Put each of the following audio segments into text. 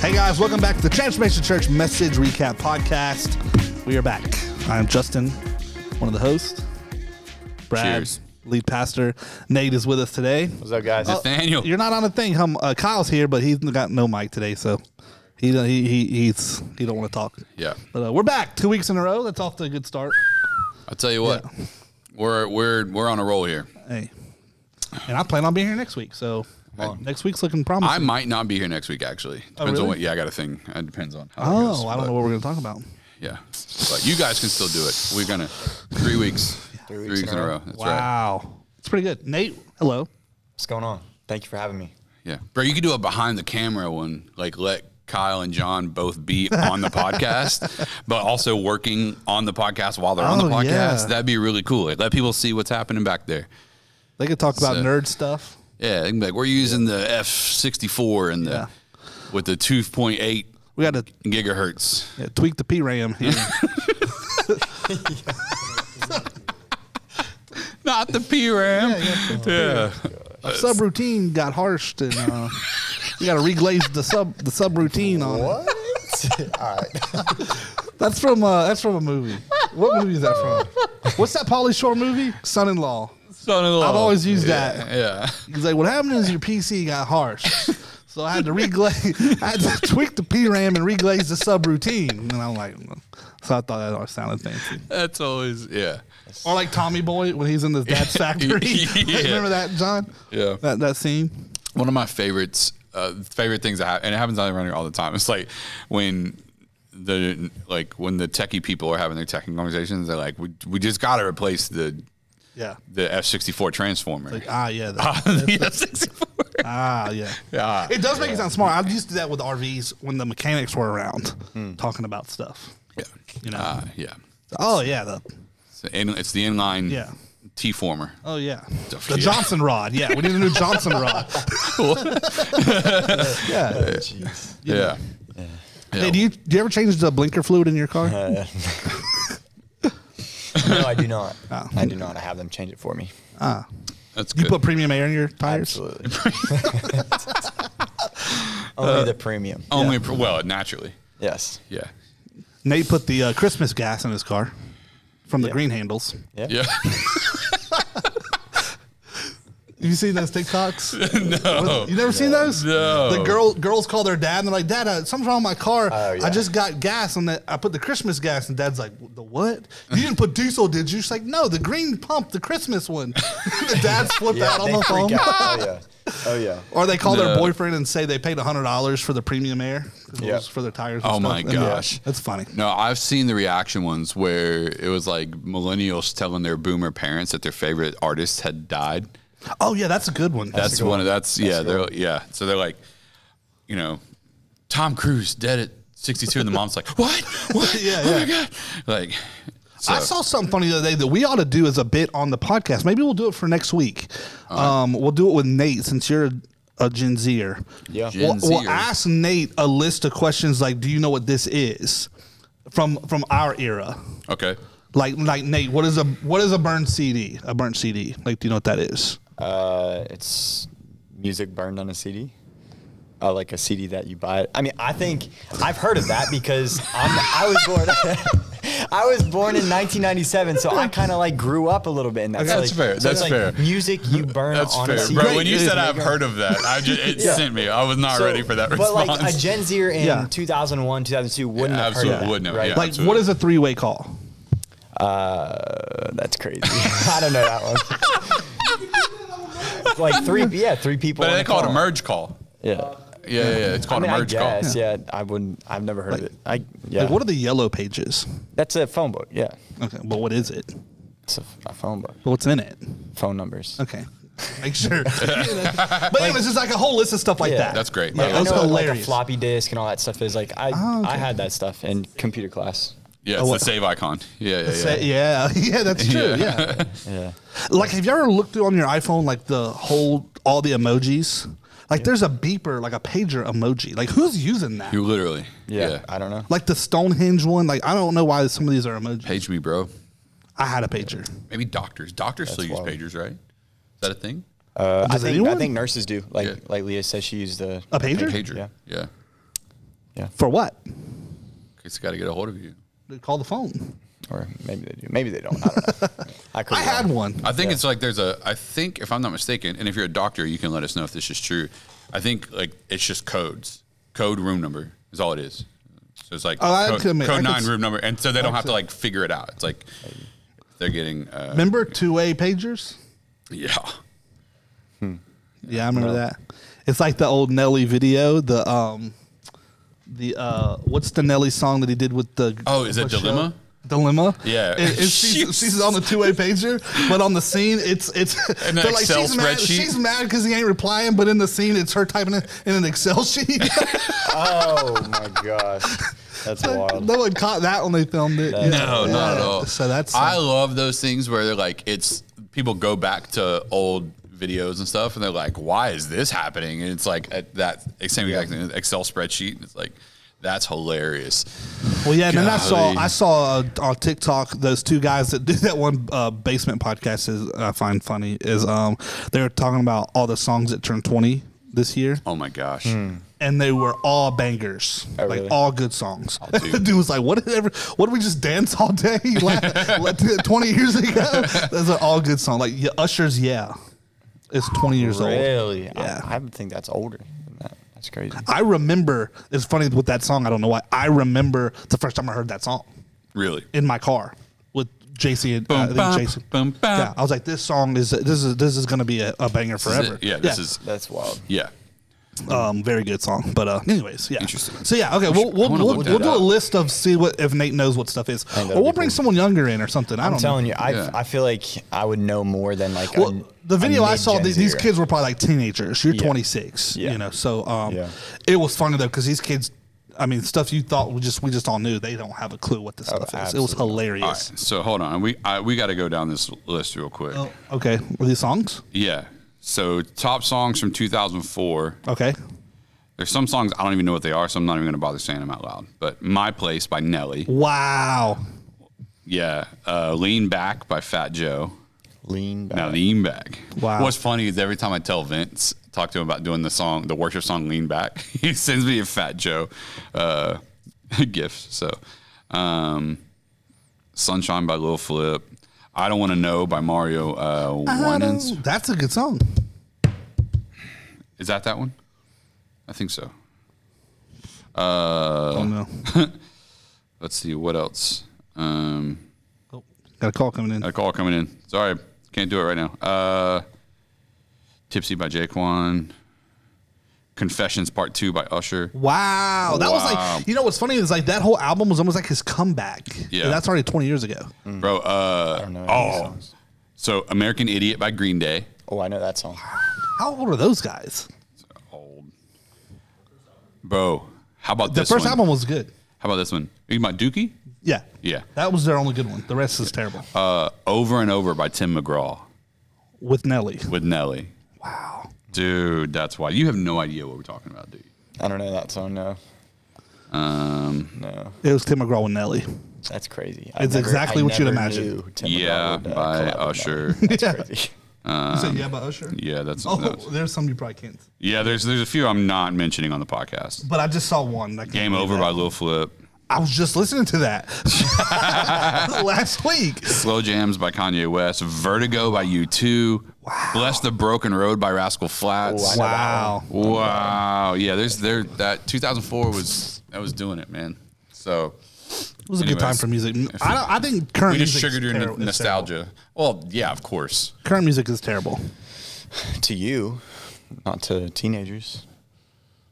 Hey guys, welcome back to the Transformation Church Message Recap Podcast. We are back. I'm Justin, one of the hosts. Brad, Cheers. lead pastor. Nate is with us today. What's up, guys? Nathaniel. Oh. You're not on the thing. Hum, uh, Kyle's here, but he's got no mic today, so he don't- he, he he's he don't want to talk. Yeah. But uh, we're back two weeks in a row. That's off to a good start. I'll tell you what. We're we're we're on a roll here. Hey, and I plan on being here next week. So next week's looking promising. I might not be here next week actually. Depends Oh, really? on what yeah, I got a thing. It depends on how it goes. oh, I don't but, know what we're gonna talk about. Yeah. But you guys can still do it. We're gonna three weeks. Three weeks, in a row. That's right. wow, it's pretty good. Nate, hello. What's going on? Thank you for having me. Yeah. Bro, you could do a behind the camera one, like let Kyle and John both be on the podcast, but also working on the podcast while they're on the Oh, podcast. yeah. That'd be really cool. Like, let people see what's happening back there. They could talk about So- nerd stuff. Yeah, they can be like we're using the F sixty four and the Yeah. with the two point eight We got to gigahertz. yeah, tweak the P RAM here. Not the PRAM. Yeah. Our subroutine got harshed, and uh, we got to reglaze the sub the subroutine on. It. What? All right. That's from uh, that's from a movie. What movie is that from? What's that Polly Shore movie? Son-in-law. Son-in-law. I've always used that. Oh, Yeah. He's like, what happened is your PC got harsh, so I had to reglaze. I had to tweak the PRAM and reglaze the subroutine. And I'm like, so I thought that always sounded fancy. That's always yeah. Or like Tommy Boy when he's in his dad's factory. Yeah. Remember that, John? Yeah. That that scene. One of my favorites uh, favorite things that happen and it happens around here all the time. It's like when the like when the techie people are having their techie conversations, they're like, we, we just gotta replace the Yeah. the F sixty four transformer. Ah, yeah. that- the F sixty four. ah, yeah. Yeah. It does make it sound smart. I used to do that with RVs when the mechanics were around, talking about stuff. Yeah. You know. Uh, yeah. oh yeah. The It's, the in, it's the inline Yeah. T former. oh yeah. Don't The forget. Johnson rod. Yeah, we need a new Johnson rod. yeah. Jeez. Yeah. Yeah. Hey, do you do you ever change the blinker fluid in your car? Uh, no, I do not. Oh. I do not. I have them change it for me. That's you good. put premium air in your tires. Absolutely. Only the premium. Uh, Only pr- well, naturally. Yes. Yeah. Nate put the uh, Christmas gas in his car from the Yeah. green handles. Yeah. You seen those TikToks? no. You never seen those? No. The girl girls call their dad and they're like, "Dad, uh, something's wrong with my car. Oh, yeah. I just got gas on that. I put the Christmas gas." And dad's like, "The what? You didn't put diesel, did you?" She's like, "No, the green pump, the Christmas one." the dad's flip Yeah, out on they the freak phone. out. Oh yeah. Oh yeah. Or they call their No. boyfriend and say they paid hundred dollars for the premium air, 'cause it Yeah. was for their tires. and Oh, my stuff. And, uh, gosh. that's funny. No, I've seen the reaction ones where it was like millennials telling their boomer parents that their favorite artist had died. Oh yeah, that's a good one. That's, a good one, one. of that's, That's yeah, a good they're yeah. So they're like, you know, Tom Cruise dead at 62 and the mom's like, "What? What? Yeah, oh yeah. my god." Like so, I saw something funny the other day that we ought to do as a bit on the podcast. Maybe we'll do it for next week. Um, we'll do it with Nate since you're a Gen Zer. Yeah. Gen we'll, we'll Zer. ask Nate a list of questions like, "Do you know what this is?" from from our era. Okay. Like like Nate, what is a what is a burned CD? A burnt CD? Like, do you know what that is? Uh, it's music burned on a CD. Uh, like a CD that you buy. I mean, I think I've heard of that because I'm, I was born. I was born in 1997, so I kind of like grew up a little bit in that. So, That's like- fair, so it's that's like fair. Music you burn That's on fair. a CD. Bro, when you Great. said I've heard of that, I just it Yeah. sent me. I was not So- ready for that But response. like a Gen Zer in Yeah. 2001, 2002 wouldn't Yeah, have heard of absolutely that, wouldn't have, right? yeah. like, absolutely. what is a three way call? Uh, that's crazy. I don't know that one. like three, yeah, three people. but on they a call it a call. merge call. Yeah. Yeah, yeah, yeah. It's I called mean, a I merge guess, yeah. I wouldn't. I've never heard of it. I yeah. Like, what are the yellow pages? That's a phone book. Yeah, Okay, but what is it? it's a, a phone book. What's in it? Phone numbers. Okay. Make sure. but anyways, it's like a whole list of stuff like Yeah. that. That's great. Yeah, I I love that's know what, like a hilarious. floppy disk and all that stuff is like I Oh, okay. I had that stuff in computer class. Yeah, it's Oh, the what- save icon. Yeah, yeah, yeah. Say- yeah. yeah, that's true. Yeah. Yeah. Yeah. Like, have you ever looked through on your iPhone like the whole all the emojis? Like, there's a beeper, like a pager emoji. Like, who's using that? You literally. yeah, Yeah. I don't know. Like the Stonehenge one. Like, I don't know why some of these are emojis. Page me, bro. I had a pager. Maybe doctors. Doctors still use wild. pagers, right? Is that a thing? Uh, I Does think I anyone? think nurses do. Like Yeah. like Leah said, she used the A pager? Pager. Yeah. Yeah. For what? It's got to get a hold of you. They call the phone. or maybe they do. Maybe they don't. I don't know. I could. I had one. I think it's like there's a. I think if I'm not mistaken, and if you're a doctor, you can let us know if this is true. I think like it's just codes, code room number is all it is. So it's like Oh, I code, could admit- I code could nine s- room number, and so they don't have to like figure it out. It's like they're getting uh, Remember two way pagers? yeah. Yeah, I remember that. It's like the old Nelly video. The um, the uh, what's the Nelly song that he did with the? Oh, is it the show? Dilemma? Dilemma. Yeah. It- it's, she's, Jeez. she's on the two way pager, but on the scene, it's it's. An they're Excel she's mad. spreadsheet? She's mad because he ain't replying, but in the scene, it's her typing it in an Excel sheet. Oh my gosh, that's wild. no one caught that when they filmed it. Yeah. No, not at Yeah. all. So that's uh, I love those things where they're like, it's people go back to old videos and stuff, and they're like, why is this happening? And it's like at that same exact thing, Excel spreadsheet. It's like that's hilarious. Well, yeah, man. I saw Golly. I saw uh, on TikTok those two guys that do that one uh, basement podcast is I find funny is um they were talking about all the songs that turned twenty this year Oh my gosh. Hmm. and they were all bangers Oh, like really? Oh, all good songs. dude. dude was like, what did ever what did we just dance all day like, like, twenty years ago? Those are all good songs. Like yeah, Usher's yeah, it's twenty years old. Really? Yeah. I, I would think that's older than that. That's crazy. I remember it's funny with that song. I don't know why. I remember the first time I heard that song. Really? in my car with JC and uh, I Boom, think bop, Jason. boom, bop. Yeah, I was like, this song is this is this is gonna be a, a banger This is forever. it. Yeah, this is That's wild. yeah. um very good song. But uh, anyways, yeah. Interesting. So yeah, okay, we'll we'll, wanna we'll, look we'll that do a up. list of see what if Nate knows what stuff is, that'd or we'll be bring cool. someone younger in or something. I don't I'm telling know. you, I Yeah. I feel like I would know more than like a- Well, the a video I saw, mid-Gen th- these Zer. kids were probably like teenagers. You're Yeah. 26, Yeah. you know. So um, Yeah. it was funny though because these kids, I mean, stuff you thought we just we just all knew. They don't have a clue what this stuff is. It was Oh, absolutely not. hilarious. All right. So hold on. We I, we got to go down this list real quick. Oh, okay, were these songs? Yeah. So top songs from 2004. Okay, There's some songs I don't even know what they are, so I'm not even going to bother saying them out loud. But My Place by Nelly. wow. Yeah. Uh, Lean Back by Fat Joe. lean back. Now Lean Back. Wow. What's funny is every time I tell Vince, talk to him about doing the song, the worship song Lean Back, he sends me a Fat Joe uh, gift. So, um, Sunshine by Lil Flip. I Don't Want to Know by Mario uh, Winans. That's a good song. Is that that one? I think so. Uh, oh no, Let's see what else. Um, got a call coming in. Got a call coming in. Sorry, can't do it right now. Uh, Tipsy by Jaquan. Confessions Part Two by Usher. Wow, that was Wow. like you know what's funny is like that whole album was almost like his comeback. Yeah. And that's already twenty years ago. Bro, uh, know any oh, songs. so American Idiot by Green Day. Oh, I know that song. How old are those guys? Old. Bro, how about The this first one? album was good. How about this one? You about Dookie? Yeah, Yeah. that was their only good one. The rest is terrible. Uh, Over and Over by Tim McGraw With Nelly, with Nelly. wow. Dude, that's why you have no idea what we're talking about, do you? I don't know that song. No, Um, no, It was Tim McGraw with Nelly. that's crazy. It's exactly what you'd imagine. yeah, uh, by Usher. yeah. Crazy. you said yeah by Usher. Um, yeah, that's. Oh, that's- there's some you probably can't. Yeah, there's there's a few I'm not mentioning on the podcast. But I just saw one. I can't Game believe over that. by Lil Flip. I was just listening to that last week. Slow Jams by Kanye West. Vertigo by U2. Bless the Broken Road by Rascal Flats. Oh, Wow. Wow. Wow. Yeah, there's there that 2004 was that was doing it, man. So It was a good Anyways, time for music. I, don't, I think current we just music's sugared your terri- n- is terrible. nostalgia. Well, yeah, of course. Current music is terrible. to you, not to teenagers.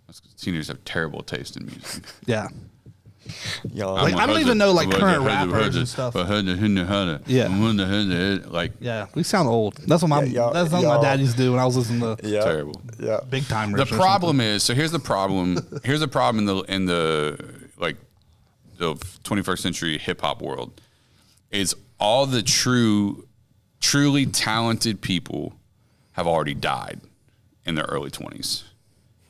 That's 'cause Teenagers have terrible taste in music. Yeah. Y'all, Like, I don't even know, like, current rappers and stuff. Yeah. Yeah. Like Yeah. We sound old. That's what my Yeah, y'all- that's what my y'all- dad used to do when I was listening to yeah, terrible. Yeah, big timers. the or something. problem is so here's the problem here's the problem in the in the like the 21st century hip hop world is all the true truly talented people have already died in their early 20s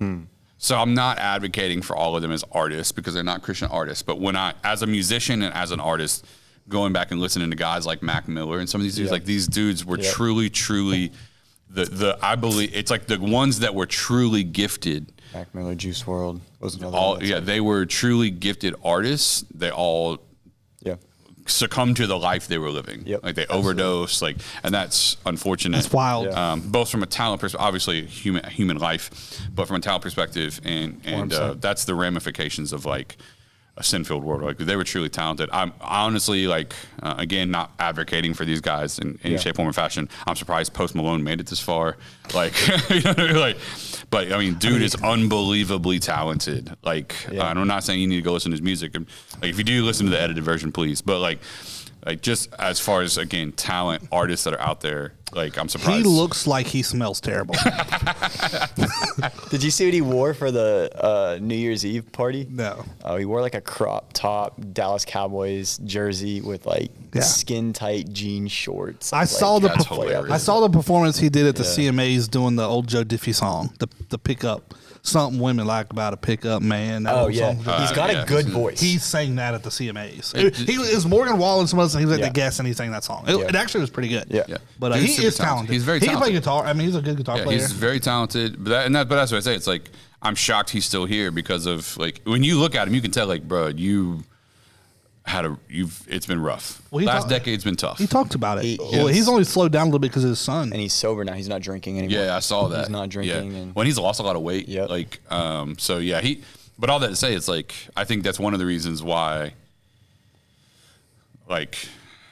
Hmm. so i'm not advocating for all of them as artists because they're not christian artists but when i as a musician and as an artist going back and listening to guys like mac miller and some of these dudes Yeah. like these dudes were Yeah. truly truly the the I believe it's like the ones that were truly gifted. Mac Miller Juice World was another All one Oh, that's- yeah, they were truly gifted artists. They all yeah. succumbed to the life they were living. Yep, Like they overdosed. Like, and that's unfortunate. That's wild. Yeah. Um, both from a talent perspective, obviously human human life, but from a talent perspective, and and uh, that's the ramifications of like a sin-filled world. Like they were truly talented. I'm honestly like uh, again not advocating for these guys in any Yeah. shape, form, or fashion. I'm surprised Post Malone made it this far. Like, you know, what I mean? like, but I mean, dude is unbelievably talented. Like, Yeah. I'm not saying you need to go listen to his music. And, Like, if you do listen to the edited version, please. But like. Like just as far as again talent artists that are out there, like I'm surprised He looks like he smells terrible. Did you see what he wore for the uh, New Year's Eve party? No. Oh, he wore like a crop top Dallas Cowboys jersey with like Yeah. skin tight jean shorts. I saw the that's perf- hilarious. I saw the performance he did at the Yeah. CMAs doing the old Joe Diffie song, the the pickup. Something women like about a pickup man. That Oh old yeah, song. he's got Uh, yeah. a good voice. he sang that at the CMAs. he is Morgan Wallen. Someone else, he was at Yeah. the guest and he sang that song. It, Yeah. it actually was pretty good. Yeah. Yeah. but uh, Dude's he super is talented. He's very He can talented. play guitar. I mean, he's a good guitar yeah, player. he's very talented. But that, and that, but that's what I say. It's like I'm shocked he's still here because of like when you look at him, you can tell like, bro, you had a you've it's been rough. Well, he Last talk- decade's been tough. he talked about it. He- well, he's only slowed down a little bit because of his son. and he's sober now. He's not drinking anymore. yeah, I saw that. He's not drinking. Yeah. And when he's lost a lot of weight. Yep. Like, um, so yeah, he. But all that to say, it's like I think that's one of the reasons why, like,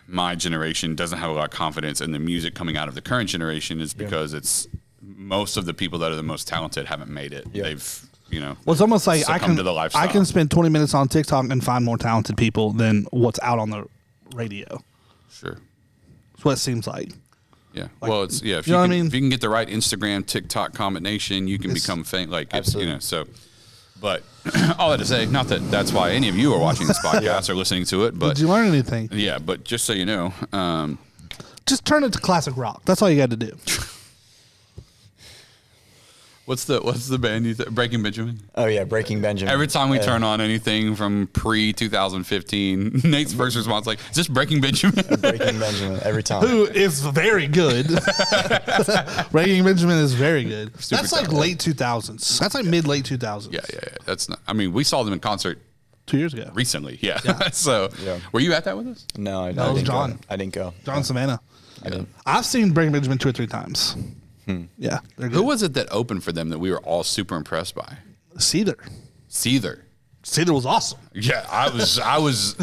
my generation doesn't have a lot of confidence in the music coming out of the current generation is because it's most of the people that are the most talented haven't made it. Yep. They've you know. Well, it's almost like I succumbed can to the lifestyle. I can spend 20 minutes on TikTok and find more talented people than what's out on the radio. sure. That's what it seems like. Yeah. well, it's yeah. If you you, know what I can, mean? if you can get the right Instagram TikTok combination, you can become faint. Like it's, you Absolutely. know. So, but all that to say, not that that's why any of you are watching this podcast or listening to it, but Did you learn anything? yeah. But just so you know, um, Just turn it to classic rock. That's all you got to do. what's the what's the band you th- Breaking Benjamin? oh yeah, Breaking Benjamin. Every time we Yeah. turn on anything from pre 2015, Nate's first response like, "Is this Breaking Benjamin?" Breaking Benjamin. Every time. Who is very good. Breaking Benjamin is very good. Super That's like talented. late 2000s. That's like mid late 2000s. yeah, yeah, yeah. That's not. I mean, we saw them in concert Two years ago. recently. Yeah. so, Yeah. were you at that with us? No, I, No, I it was didn't John. go. I didn't go. John Savannah. I didn't. I've seen Breaking Benjamin two or three times. Yeah. They're Hmm. Who good. was it that opened for them that we were all super impressed by? Cedar. Seether. Cedar was awesome. Yeah, I was I was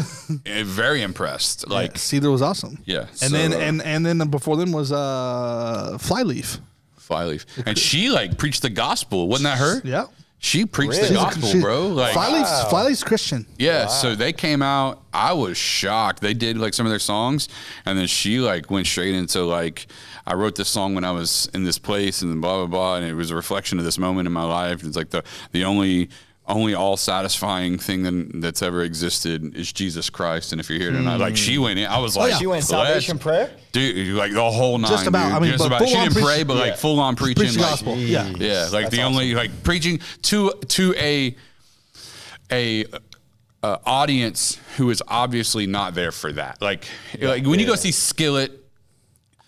eh, very impressed. Like Cedar was awesome. Yeah, And then so- and and then before them was uh Flyleaf. Flyleaf, and she like preached the gospel. Wasn't that her? Yeah. she preached Really? the gospel, She- bro. Like Flyleaf's, Flyleaf's Christian. yeah. So they came out. I was shocked. They did like some of their songs, and then she like went straight into like I wrote this song when I was in this place, and then blah blah blah, and it was a reflection of this moment in my life. It's like the the only. Only all satisfying thing that- that's ever existed is Jesus Christ, and if you're here tonight, like she went in, I was like, Hmm. Oh, yeah. She went "Let's salvation prayer. dude, like the whole nine. Just about, dude. I mean, Just but about- full she on didn't preach- pray, but like yeah. full on preaching, Preach the like, gospel. Yeah. Jeez. Yeah, like That's the only like preaching to to a a uh, audience who is obviously not there for that. Like, like when you go Yeah. see Skillet.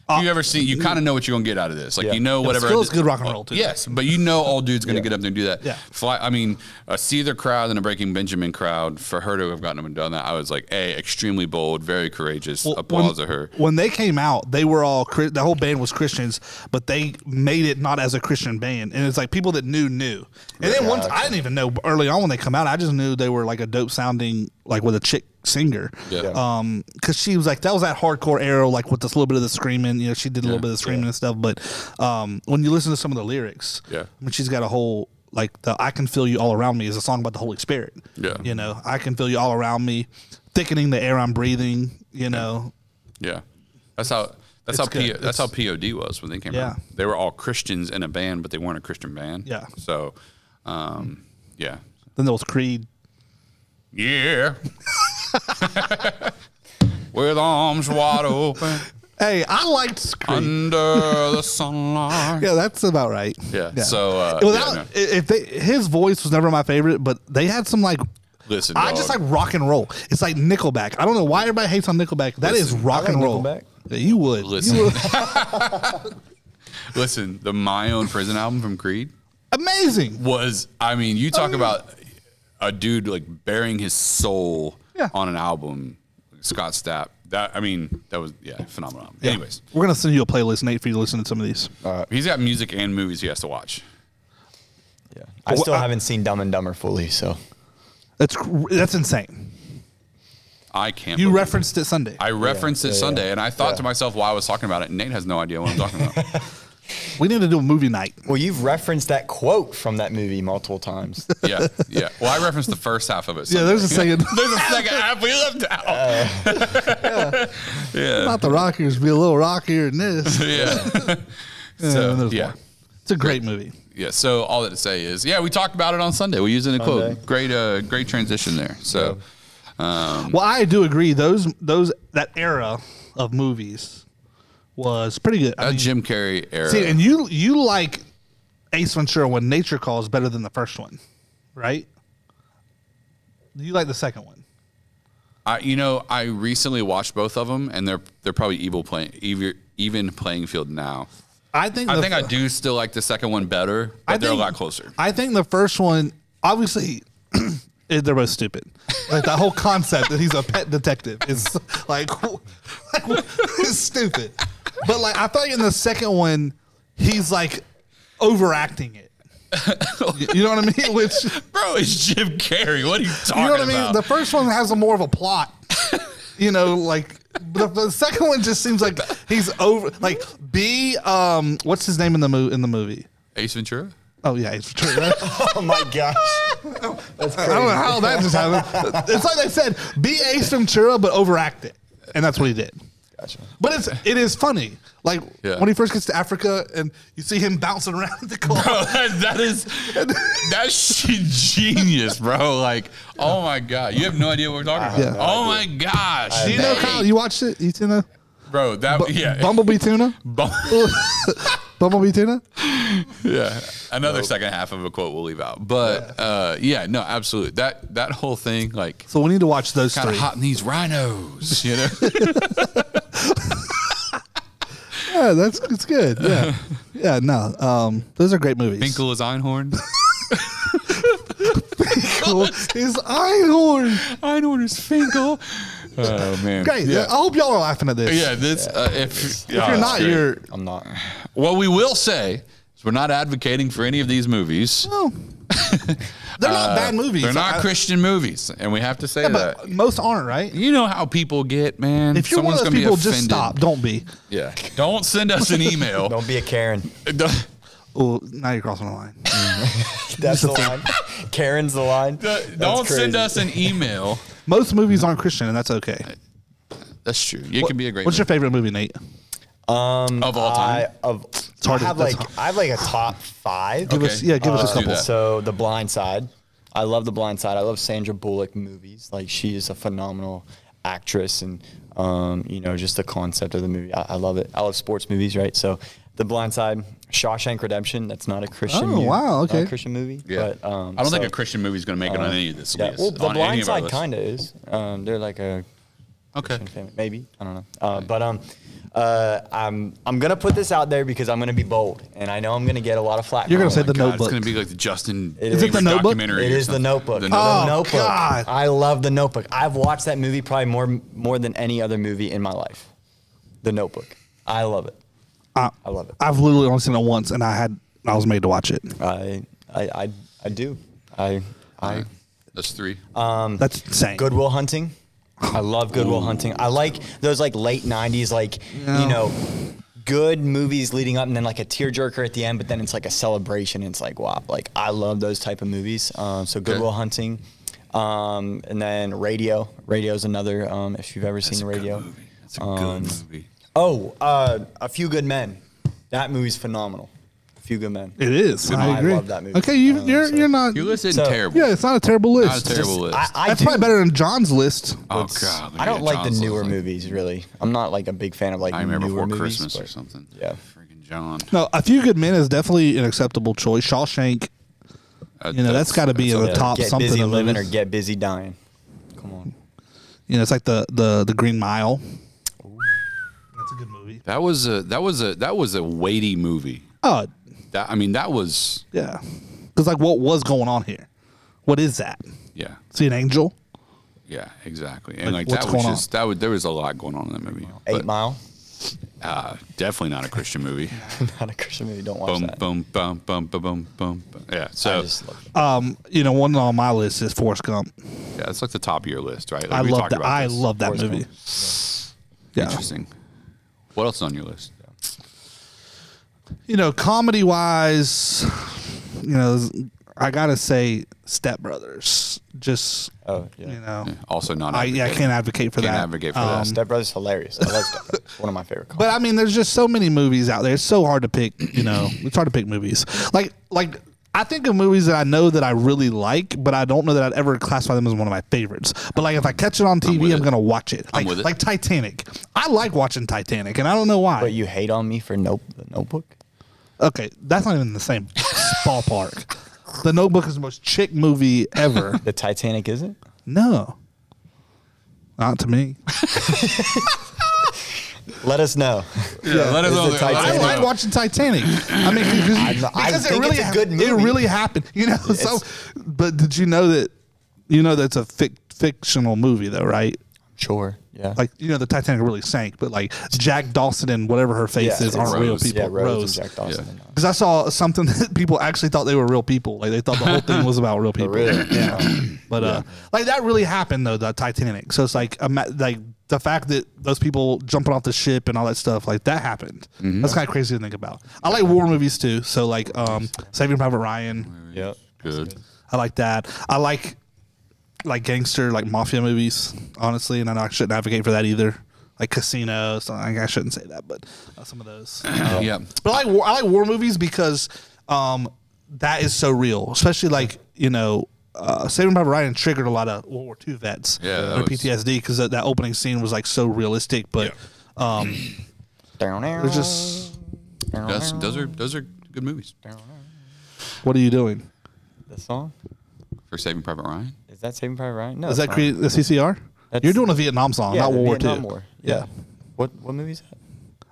if You ever see? You kind of know what you're gonna get out of this. Like Yeah. you know whatever. Skillet's good rock and roll, too. Yes, but you know all dudes gonna get up there and do that. Yeah. Fly. I mean, a Seether crowd and a Breaking Benjamin crowd. For her to have gotten up and done that, I was like, a extremely bold, very courageous. Well, Applause when, to her. When they came out, they were all Chri- the whole band was Christians, but they made it not as a Christian band, and it's like people that knew knew. And then once I didn't even know early on when they come out, I just knew they were like a dope sounding like with a chick singer. Yeah. Yeah. Um, because she was like that was that hardcore era, like with this little bit of the screaming. You know, she did a little bit of the screaming and stuff. But um, when you listen to some of the lyrics, Yeah. I mean, she's got a whole. Like the "I can feel you all around me" is a song about the Holy Spirit. Yeah. you know, I can feel you all around me, thickening the air I'm breathing. You know, Yeah, that's how that's how It's good. P, that's how POD was when they came Yeah. out. They were all Christians in a band, but they weren't a Christian band. Yeah. So, um, yeah, Then there was Creed. yeah. With arms wide open Hey, I liked Creed. under the sunlight. yeah, that's about right. Yeah, so, uh, without yeah, no. i- if they, his voice was never my favorite, but they had some like. Listen, I just like dog. rock and roll. It's like Nickelback. I don't know why everybody hates on Nickelback. That is rock I like and roll. Nickelback. Yeah, you would. Listen. You would. Listen, the My Own Prison album from Creed Amazing. was, I mean, you talk about a dude like bearing his soul Yeah. on an album, Scott Stapp. That, I mean, that was, yeah, phenomenal. Anyways, We're gonna send you a playlist, Nate, for you to listen to some of these. he's got music and movies he has to watch. Yeah. I Well, still I- haven't seen Dumb and Dumber fully, so That's cr- that's insane. I can't. You believe- referenced it Sunday. I referenced it yeah, Sunday, and I thought to myself while I was talking about it, Nate has no idea what I'm talking about. we need to do a movie night. well, you've referenced that quote from that movie multiple times. yeah, yeah. Well, I referenced the first half of it. Yeah, Sunday. there's a second. There's a second half we left out. Uh, yeah. Not the Rockers, be a little rockier than this. yeah, yeah. and so there's yeah, one. It's a great movie. yeah. So all that to say is, yeah, we talked about it on Sunday. We used it in a quote. Sunday. Great, uh, great transition there. So Well, I do agree. Those those that era of movies was pretty good. I that mean, Jim Carrey era. see, and you you like Ace Ventura when Nature Calls better than the first one, right? You like the second one. I, you know, I recently watched both of them, and they're they're probably evil playing even even playing field now. I think I the think I fir- do still like the second one better, but I they're think- a lot closer. I think the first one, obviously, eh, they're both stupid. Like that whole concept that he's a pet detective is like, like it's stupid. But like, I thought in the second one, he's like overacting it. You- You know what I mean? Which you Bro, it's Jim Carrey. What are you talking know what I mean. about? The first one has a more of a plot. You know, like the, the second one just seems like he's over. Like B, um, what's his name in the mo- in the movie? Ace Ventura. Oh yeah, it's true. right? oh my gosh. That's I don't know crazy. how that just happened. It's like they said, be Ace Ventura, but overact it, and that's what he did. Gotcha. But it's it is funny. Like Yeah. when he first gets to Africa, and you see him bouncing around the car. Bro, that, that is that shit genius, bro. Like, oh my god, you have no idea what we're talking have about. no oh my gosh, Do you know Nate. Kyle? You watched it? You seen that? bro? That Bu- yeah, Bumblebee tuna. Bum- Bumblebee tuna. yeah. Another second half of a quote we'll leave out, but uh, yeah, no, absolutely. That that whole thing, like, So we need to watch those kind three. of hot in these rhinos, you know. Yeah, that's it's good. Yeah, yeah. No, um, those are great movies. Finkel is Einhorn. Cool. His Einhorn. Einhorn is Finkel. Oh man, Great. I Yeah, hope y'all are laughing at this. yeah this uh, if, If you're not, you're I'm not. What we will say is we're not advocating for any of these movies. no. They're not bad movies. Uh, They're not I- Christian movies, and we have to say that. but most aren't, right? you know how people get, man. If you're Someone's one of gonna those be people, just offended. stop. Don't be. Yeah. Don't send us an email. Don't be a Karen. Don't- Oh, now you're crossing the line. That's the line. Karen's the line. That's Don't send crazy. us an email. Most movies aren't Christian, and that's okay. That's true. You can be a great What's your movie. favorite movie, Nate? of all time. Um, I, of, hard to- I have that's like I have like a top five. Give us, yeah, give us a Uh, let's do couple. that. So The Blind Side. I love The Blind Side. I love Sandra Bullock movies. Like she is a phenomenal actress, and um, you know just the concept of the movie. I, I love it. I love sports movies, right? So The Blind Side, Shawshank Redemption. That's not a Christian. Oh, mu- wow, not a okay. Christian movie. yeah. But, um, I don't think so- uh, a Christian movie's going to make it on any of this. Yeah, list, well, The on any Blind of our Side lists. kind of is. Um, they're like a Okay. Christian family, maybe I don't know. Uh, but um, uh, I'm I'm gonna put this out there because I'm gonna be bold, and I know I'm gonna get a lot of flack. You're gonna for say it. the God, Notebook. It's going to be like the Justin. It is. Is it Bieber The Notebook? documentary It or is the something. Notebook. Uh, The The Notebook. Oh, Notebook. God. I love the Notebook. I've watched that movie probably more more than any other movie in my life. The Notebook. I love it. I, I love it. I've literally only seen it once, and I had I was made to watch it. I I I, I do. I I That's three. Um, That's insane. Goodwill Hunting. I love Goodwill Hunting. I like those like late '90s, like No. you know, good movies leading up, and then like a tearjerker at the end. But then it's like a celebration. And it's like wow, like I love those type of movies. Um, so Goodwill Hunting, um, and then Radio. Radio is another. Um, if you've ever seen Radio. It's a Um, good movie. Oh, uh, A Few Good Men. That movie's phenomenal. A Few Good Men. It is. Good I movie. agree. I love that movie. Okay, you, Um, you're so- you're not. You listen So- terrible. yeah, it's not a terrible list. Not a terrible list. I, I That's do- probably better than John's list. oh it's- god. I don't yeah, like John's the newer like movies really. I'm not like a big fan of like Nightmare newer Before movies, Christmas or but- something. Yeah. Freaking John. No, A Few Good Men is definitely an acceptable choice. Shawshank, you know, that's got to be in the Yeah, top get something busy of living movies. or get busy dying. Come on. You know, it's like the the the Green Mile. That's a good movie. That was a that was a that was a weighty movie. Oh, That I mean, that was yeah. Because, like, what was going on here? What is that? yeah, See an angel? yeah, exactly. And Like, like, what's that was going on? just that was there was a lot going on in that movie. Eight But, Mile. uh, definitely not a Christian movie. Not a Christian movie. Don't watch boom, that. boom, boom, boom, boom, boom, boom, boom. Yeah. I So just love it. Um, you know, one on my list is Forrest Gump. yeah, that's like the top of your list, right? Like, I we love talked that. about I this. love that Forrest movie. Gump. Yeah. Interesting. What else is on your list? You know, comedy wise, you know, I gotta say Step Brothers. Just Oh yeah. Uh, you know, Also not. I yeah, I advocate. can't advocate for Can't that. advocate for Um, that. Step Brothers hilarious. I love Step Brothers. One of my favorite. But But I mean, there's just so many movies out there. It's so hard to pick. You know, it's hard to pick movies. Like like I think of movies that I know that I really like, but I don't know that I'd ever classify them as one of my favorites. But like if I catch it on TV, with I'm, it. gonna watch it. Like I'm with it. like Titanic. I like watching Titanic, and I don't know why. but you hate on me for nope the Notebook. Okay, that's not even the same ballpark. The Notebook is the most chick movie ever. The Titanic isn't. No, not to me. Let us know. Yeah, let us Is know. the Let us I Titanic- like know. watching Titanic. I mean, because, I because it think really it's a good hap- movie. it really happened. You know, so but did you know that you know that's a fic- fictional movie though, right? Sure. Yeah. Like you know, the Titanic really sank, but like Jack Dawson and whatever her face Yeah, is aren't it's- real Rose. people. yeah, Rose, Rose. and Jack Dawson. Yeah. and all. Because I saw something that people actually thought they were real people. Like they thought the whole thing was about real people. really? Yeah. But uh, like that really happened though, the Titanic. So it's like ima- like the fact that those people jumping off the ship and all that stuff, like that happened. That's kind of crazy to think about. I like war movies too. So like um, Saving Private Ryan, Yep. Good. I like that. I like like gangster, like mafia movies, honestly. And I know I shouldn't advocate for that either. Like Casino, so like, I shouldn't say that, but uh, some of those. Yeah. But I like war, I like war movies because um, that is so real, especially like you know. Uh, Saving Private Ryan triggered a lot of World War II vets Yeah, that or was- PTSD because that, that opening scene was like so realistic, but um, Down it was just That's, those are those are good movies. what are you doing? The song For Saving Private Ryan. is that Saving Private Ryan? No. Is it's that not. create the CCR? That's- You're doing a Vietnam song, Yeah, not the World Vietnam War II. War. Yeah. Yeah. What what movie is that?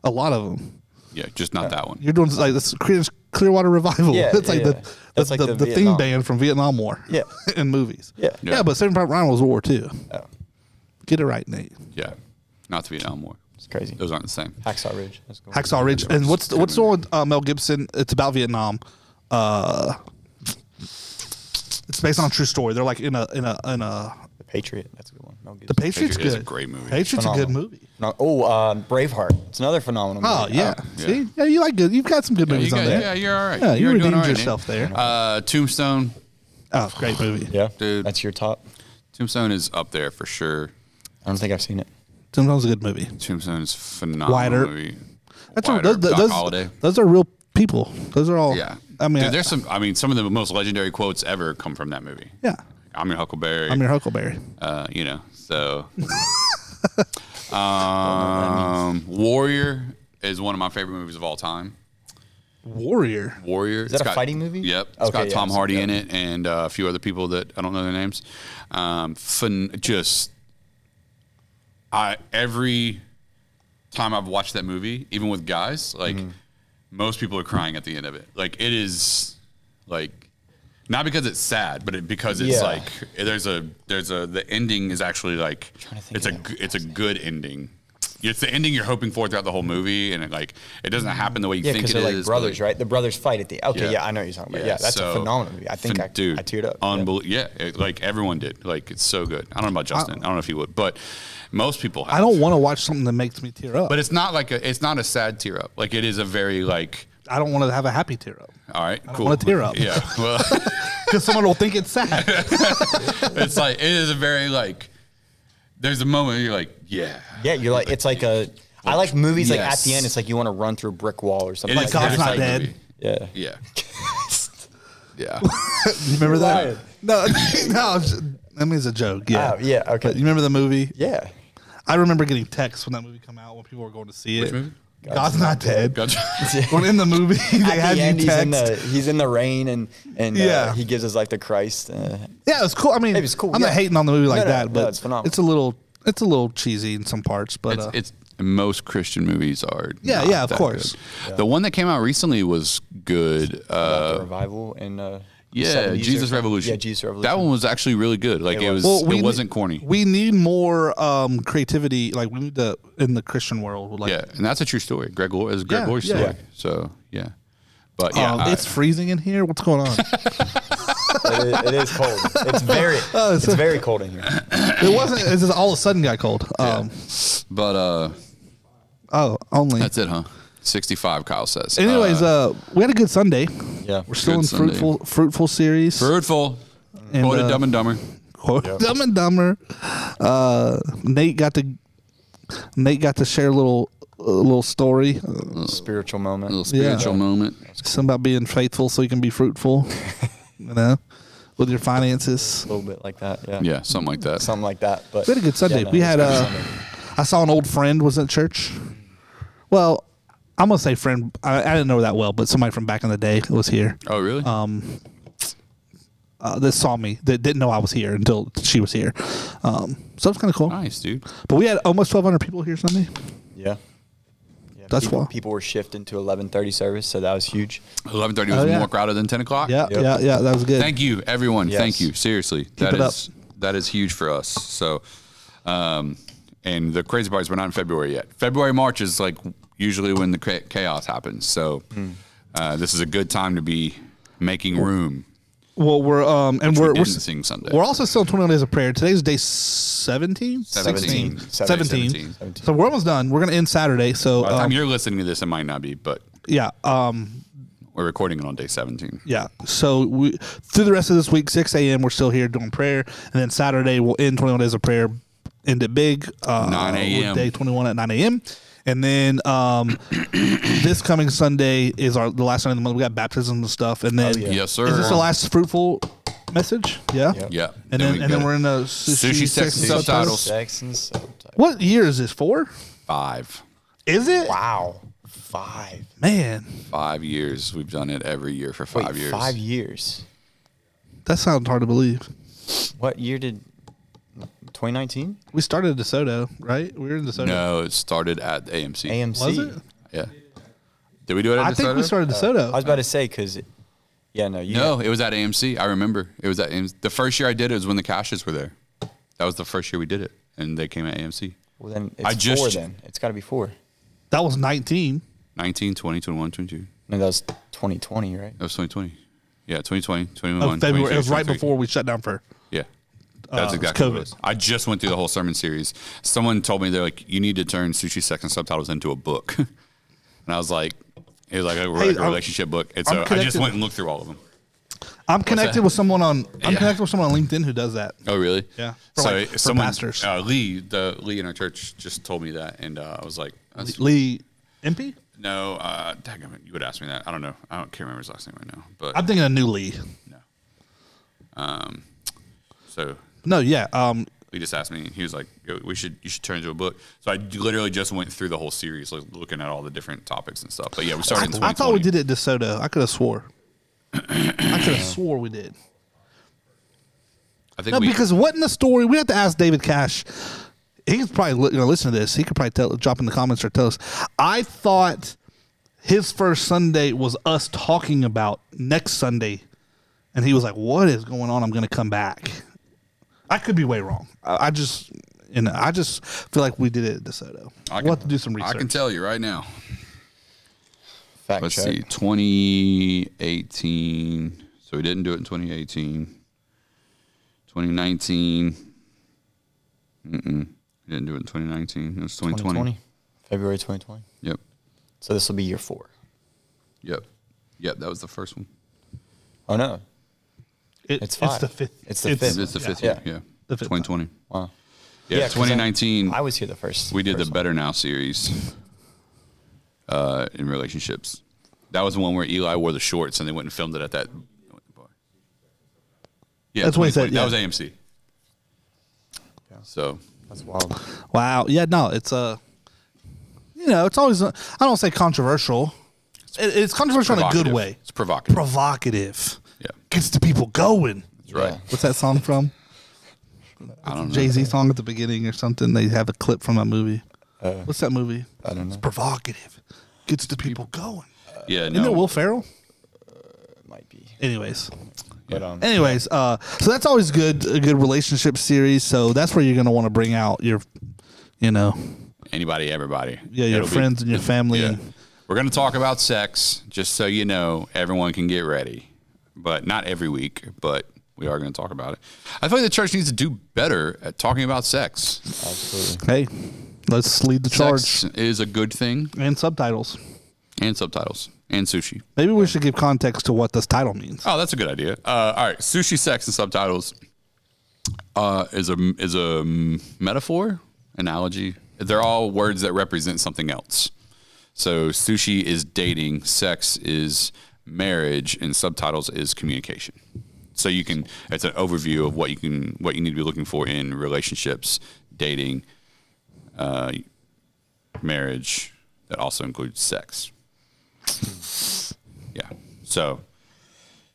a lot of them. Yeah, just not that one. You're doing like this Creedence Clearwater Revival. Yeah, that's like yeah, the yeah. that's, That's the, like the, theme the Vietnam. band from Vietnam War. Yeah. in movies. Yeah. yeah, Yeah. But Saving Private Ryan was World War II. Oh, Get it right, Nate. Yeah, not the Vietnam War. it's crazy. Those aren't the same. Hacksaw Ridge. That's cool. Hacksaw Ridge. And what's the, what's the one with uh, Mel Gibson? It's about Vietnam. Uh, it's based on a true story. They're like in a in a in a. The Patriot. That's a good one. Mel Gibson. The Patriots Patriot is good. a great movie. Patriots a good Phenomenal. movie. No, oh, uh, Braveheart. It's another phenomenal Oh movie. yeah. Uh, yeah. See, yeah, you like good. You've got some good Yeah, you movies on got, there. yeah, you're all right. Yeah, you You're redeemed doing all right, yourself Nate. there. Uh, Tombstone. Oh, great movie. Yeah. Dude. That's your top. Tombstone is up there for sure. I don't think I've seen it. Tombstone's a good movie. Tombstone is phenomenal Wyatt Earp. movie. That's Wyatt those, Earp, those, Doc those, Holliday. are real people. Those are all. Yeah. Oh, I mean, Dude, there's some. I mean, some of the most legendary quotes ever come from that movie. yeah. I'm your Huckleberry. I'm your Huckleberry. uh, you know, so. um, Warrior is one of my favorite movies of all time. Warrior. Warrior. Is that a fighting movie? Yep. it's Okay, got yeah, Tom so- Hardy yeah. in it and uh, a few other people that I don't know their names. Um, fun, just I every time I've watched that movie, even with guys, like Mm-hmm. most people are crying at the end of it. Like it is like not because it's sad, but it, because it's Yeah. like there's a there's a the ending is actually like trying to think it's a of that g- it's a good ending. It's the ending you're hoping for throughout the whole movie, and it like it doesn't happen the way you Yeah, think because it they're like is, but, brothers, right? The brothers fight at the. Okay, Yeah. yeah, I know what you're talking about. yeah, Yeah, that's so- a phenomenal movie. I think Phen- I, I teared up. Yeah. Unbelievable. Yeah. it- like everyone did. Like it's so good. I don't know about Justin. I, don't know if he would, but most people have. I don't want to watch something that makes me tear up. But it's not like a. It's not a sad tear up. Like it is a very like. I don't want to have a happy tear up All right. cool. wanna tear up. Yeah. Well, because someone will think it's sad. it's like it is a very like. There's a moment you're like, yeah. Yeah, you're like it's like a. I like movies like at the Yes. end. It's like you want to run through a brick wall or something. It like is God's that not type dead. movie. Yeah. Yeah. Yeah. You remember that? lying. No, no, it's- that means a joke. Yeah, Oh, yeah, okay. But you remember the movie? Yeah. I remember getting texts when that movie come out when people were going to see it. movie? God's, not dead. Gotcha. When in the movie, they had At the you end, he's in text. the he's in the rain and and uh, Yeah. he gives us like the Christ. Uh, Yeah, it was cool. I mean, It was cool, I'm not yeah. hating on the movie like No, no, that, no, but it's phenomenal. a little, it's a little cheesy in some parts. But It's, uh, it's And most Christian movies are. Yeah, not yeah, of that course. good. The one that came out recently was good. Uh, the revival in uh, yeah, 70s or Jesus something. Revolution. Yeah, Jesus Revolution. That one was actually really good. Like it, was. Well, we it ne- wasn't corny. We need more um, creativity. Like we need to in the Christian world. Like, yeah, and that's a true story. Greg Gore is Greg Yeah, Gore's yeah. story. So yeah, but yeah, um, I- it's freezing in here. What's going on? It is, it is cold. It's very Oh, it's very cold in here. it wasn't. It just all of a sudden got cold. Um, but uh, Oh, only. that's it, huh? Sixty-five. Kyle says. Anyways, Uh, uh, we had a good Sunday. Yeah. We're still Good in Sunday. fruitful fruitful series. fruitful. And, Quoted uh, Dumb and Dumber. Quote, Dumb and Dumber. Uh, Nate got to Nate got to share a little a little story, uh, Spiritual A little moment. spiritual moment. something about being faithful so you can be fruitful. you know, with your finances. A little bit like that. Yeah. Yeah, something like that. Something like that. But We had a good Sunday. Yeah, no, we it was had a good uh, Sunday. I saw an old friend was at church. Well, I'm gonna say friend. I, I didn't know her that well, but somebody from back in the day was here. Oh, really? um, uh, that saw me that didn't know I was here until she was here. Um, so it's kind of cool. nice, dude. But we had almost 1,200 people here Sunday. Yeah. Yeah, That's people, why. people were shifting to 11:30 service, so that was huge. Eleven thirty was Oh, yeah. more crowded than ten o'clock. Yeah, Yep. yeah, yeah. That was good. Thank you, everyone. Yes. Thank you. Seriously, that it up. is that is huge for us. So, um, and the crazy part is we're not in February yet. February March is like usually when the cha- chaos happens. So, Hmm. uh, this is a good time to be making room. well, we're um, and we're we we're, didn't sing Sunday. we're also still in 21 days of prayer. Today's day 17, 16, Seventeen. 17. Seventeen. So we're almost done. We're gonna end Saturday. So By the um, time you're listening to this, it might not be, but yeah, um, we're recording it on day seventeen. yeah. So we through the rest of this week, 6 a.m. We're still here doing prayer, and then Saturday we'll end 21 days of prayer. End it big. Uh, 9 a.m.. Day 21 at 9 a.m. And then um, this coming Sunday is our the last Sunday of the month. We got baptisms and stuff. And then Oh, yeah. Yes, sir. Is this the last fruitful message? Yeah. Yep. Yeah. And then, we and then got we're in the Sushi, sushi, sex, sex, and and subtitles. Sex and subtitles. What year is this? Four? five, Is it? Wow, five. Man, five years. We've done it every year for five Wait, years. Five years. that sounds hard to believe. What year did? 2019. We started at DeSoto, right? We were in DeSoto. No, it started at AMC. AMC. Was it? Yeah. Did we do it at I think we DeSoto? started Uh, I DeSoto. was about to say because, yeah, no, you No, it was at AMC. I remember. It was at AMC. The first year I did it was when the Cashes were there. That was the first year we did it, and they came at AMC. Well, then it's I just- four. Then it's got to be four. that was 19. 19, 20, 21, 22. No, that was 2020, right? That was 2020. Yeah, 2020, Of 21, Oh, February. It was 22, right 23. before we shut down for. Yeah. That's Uh, it's exactly what COVID. it was. I just went through the whole sermon series. Someone told me they're like, you need to turn Sushi Second Subtitles into a book. and I was like, it was like a, like a I'm- relationship book. And I'm so I just connected- went and looked through all of them. I'm connected with someone on. I'm Yeah. connected with someone on LinDIN who does that. Oh, really? Yeah. For, So like, for someone, pastors. Uh, Lee, the Lee in our church, just told me that, and uh, I was like, That's, Lee Impey. "No, uh, daggummit, you would ask me that. I don't know. I don't can't remember his last name right now." But I'm thinking of new Lee. no. Um. So No, yeah. Um, he just asked me. He was like, "Yo, "We should you should turn it into a book." So I literally just went through the whole series, like, looking at all the different topics and stuff. But yeah, we started. I, in I thought we 2020. did it at DeSoto. I could have swore. I could have swore we did. I think No, we, because what in the story? We have to ask David Cash. He's probably li- gonna listen to this. He could probably tell, drop in the comments or tell us. I thought his first Sunday was us talking about next Sunday, and he was like, "What is going on? I'm gonna come back." I could be way wrong. I, I just, you know, I just feel like we did it at DeSoto. I we'll have to do some research. I can tell you right now. Fact Let's check. see, 2018. So we didn't do it in 2018. 2019. Mm-mm. We didn't do it in 2019. It was 2020. 2020. February 2020. Yep. So this will be year four. Yep. Yep. That was the first one. Oh no. It- It's five. the fifth. It's the It's, fifth. the yeah. fifth Yeah. year. Yeah. The fifth 2020. Wow. Yeah. 'cause I- 2019. I was here the first. we did the first one. Better Now series uh, in relationships. That was the one where Eli wore the shorts and they went and filmed it at that. Yeah, That's what he said, 2020. yeah. That was AMC. So That's wild. Wow. Yeah. No. It's uh, you know, it's always. I I don't say controversial. It, it's controversial in a good provocative. way. It's provocative. provocative. Yeah. Gets the people going. That's right. Yeah. What's that song from? I don't know. Jay Z song at the beginning or something. They have a clip from a movie. Uh, What's that movie? I don't It's know. provocative. Gets the people going. Yeah, Isn't it no. Will Ferrell? It might be. Anyways, But um, anyways, uh, so that's always good. A good relationship series. So that's where you're gonna want to bring out your, you know, Anybody, everybody. yeah, your It'll be- friends and your family. Yeah. And, We're going to talk about sex, just so you know, everyone can get ready. But not every week, but we are going to talk about it. I feel like the church needs to do better at talking about sex. absolutely. hey, let's lead the charge. Sex is a good thing, And subtitles. and subtitles, and sushi. Maybe we should give context to what this title means. Oh, that's a good idea. Uh, all right, sushi, sex, and subtitles uh, is a is a metaphor, analogy. They're all words that represent something else. So sushi is dating, sex is marriage, and subtitles is communication. So you can it's an overview of what you can what you need to be looking for in relationships, dating, uh, marriage. That also includes sex. Yeah. So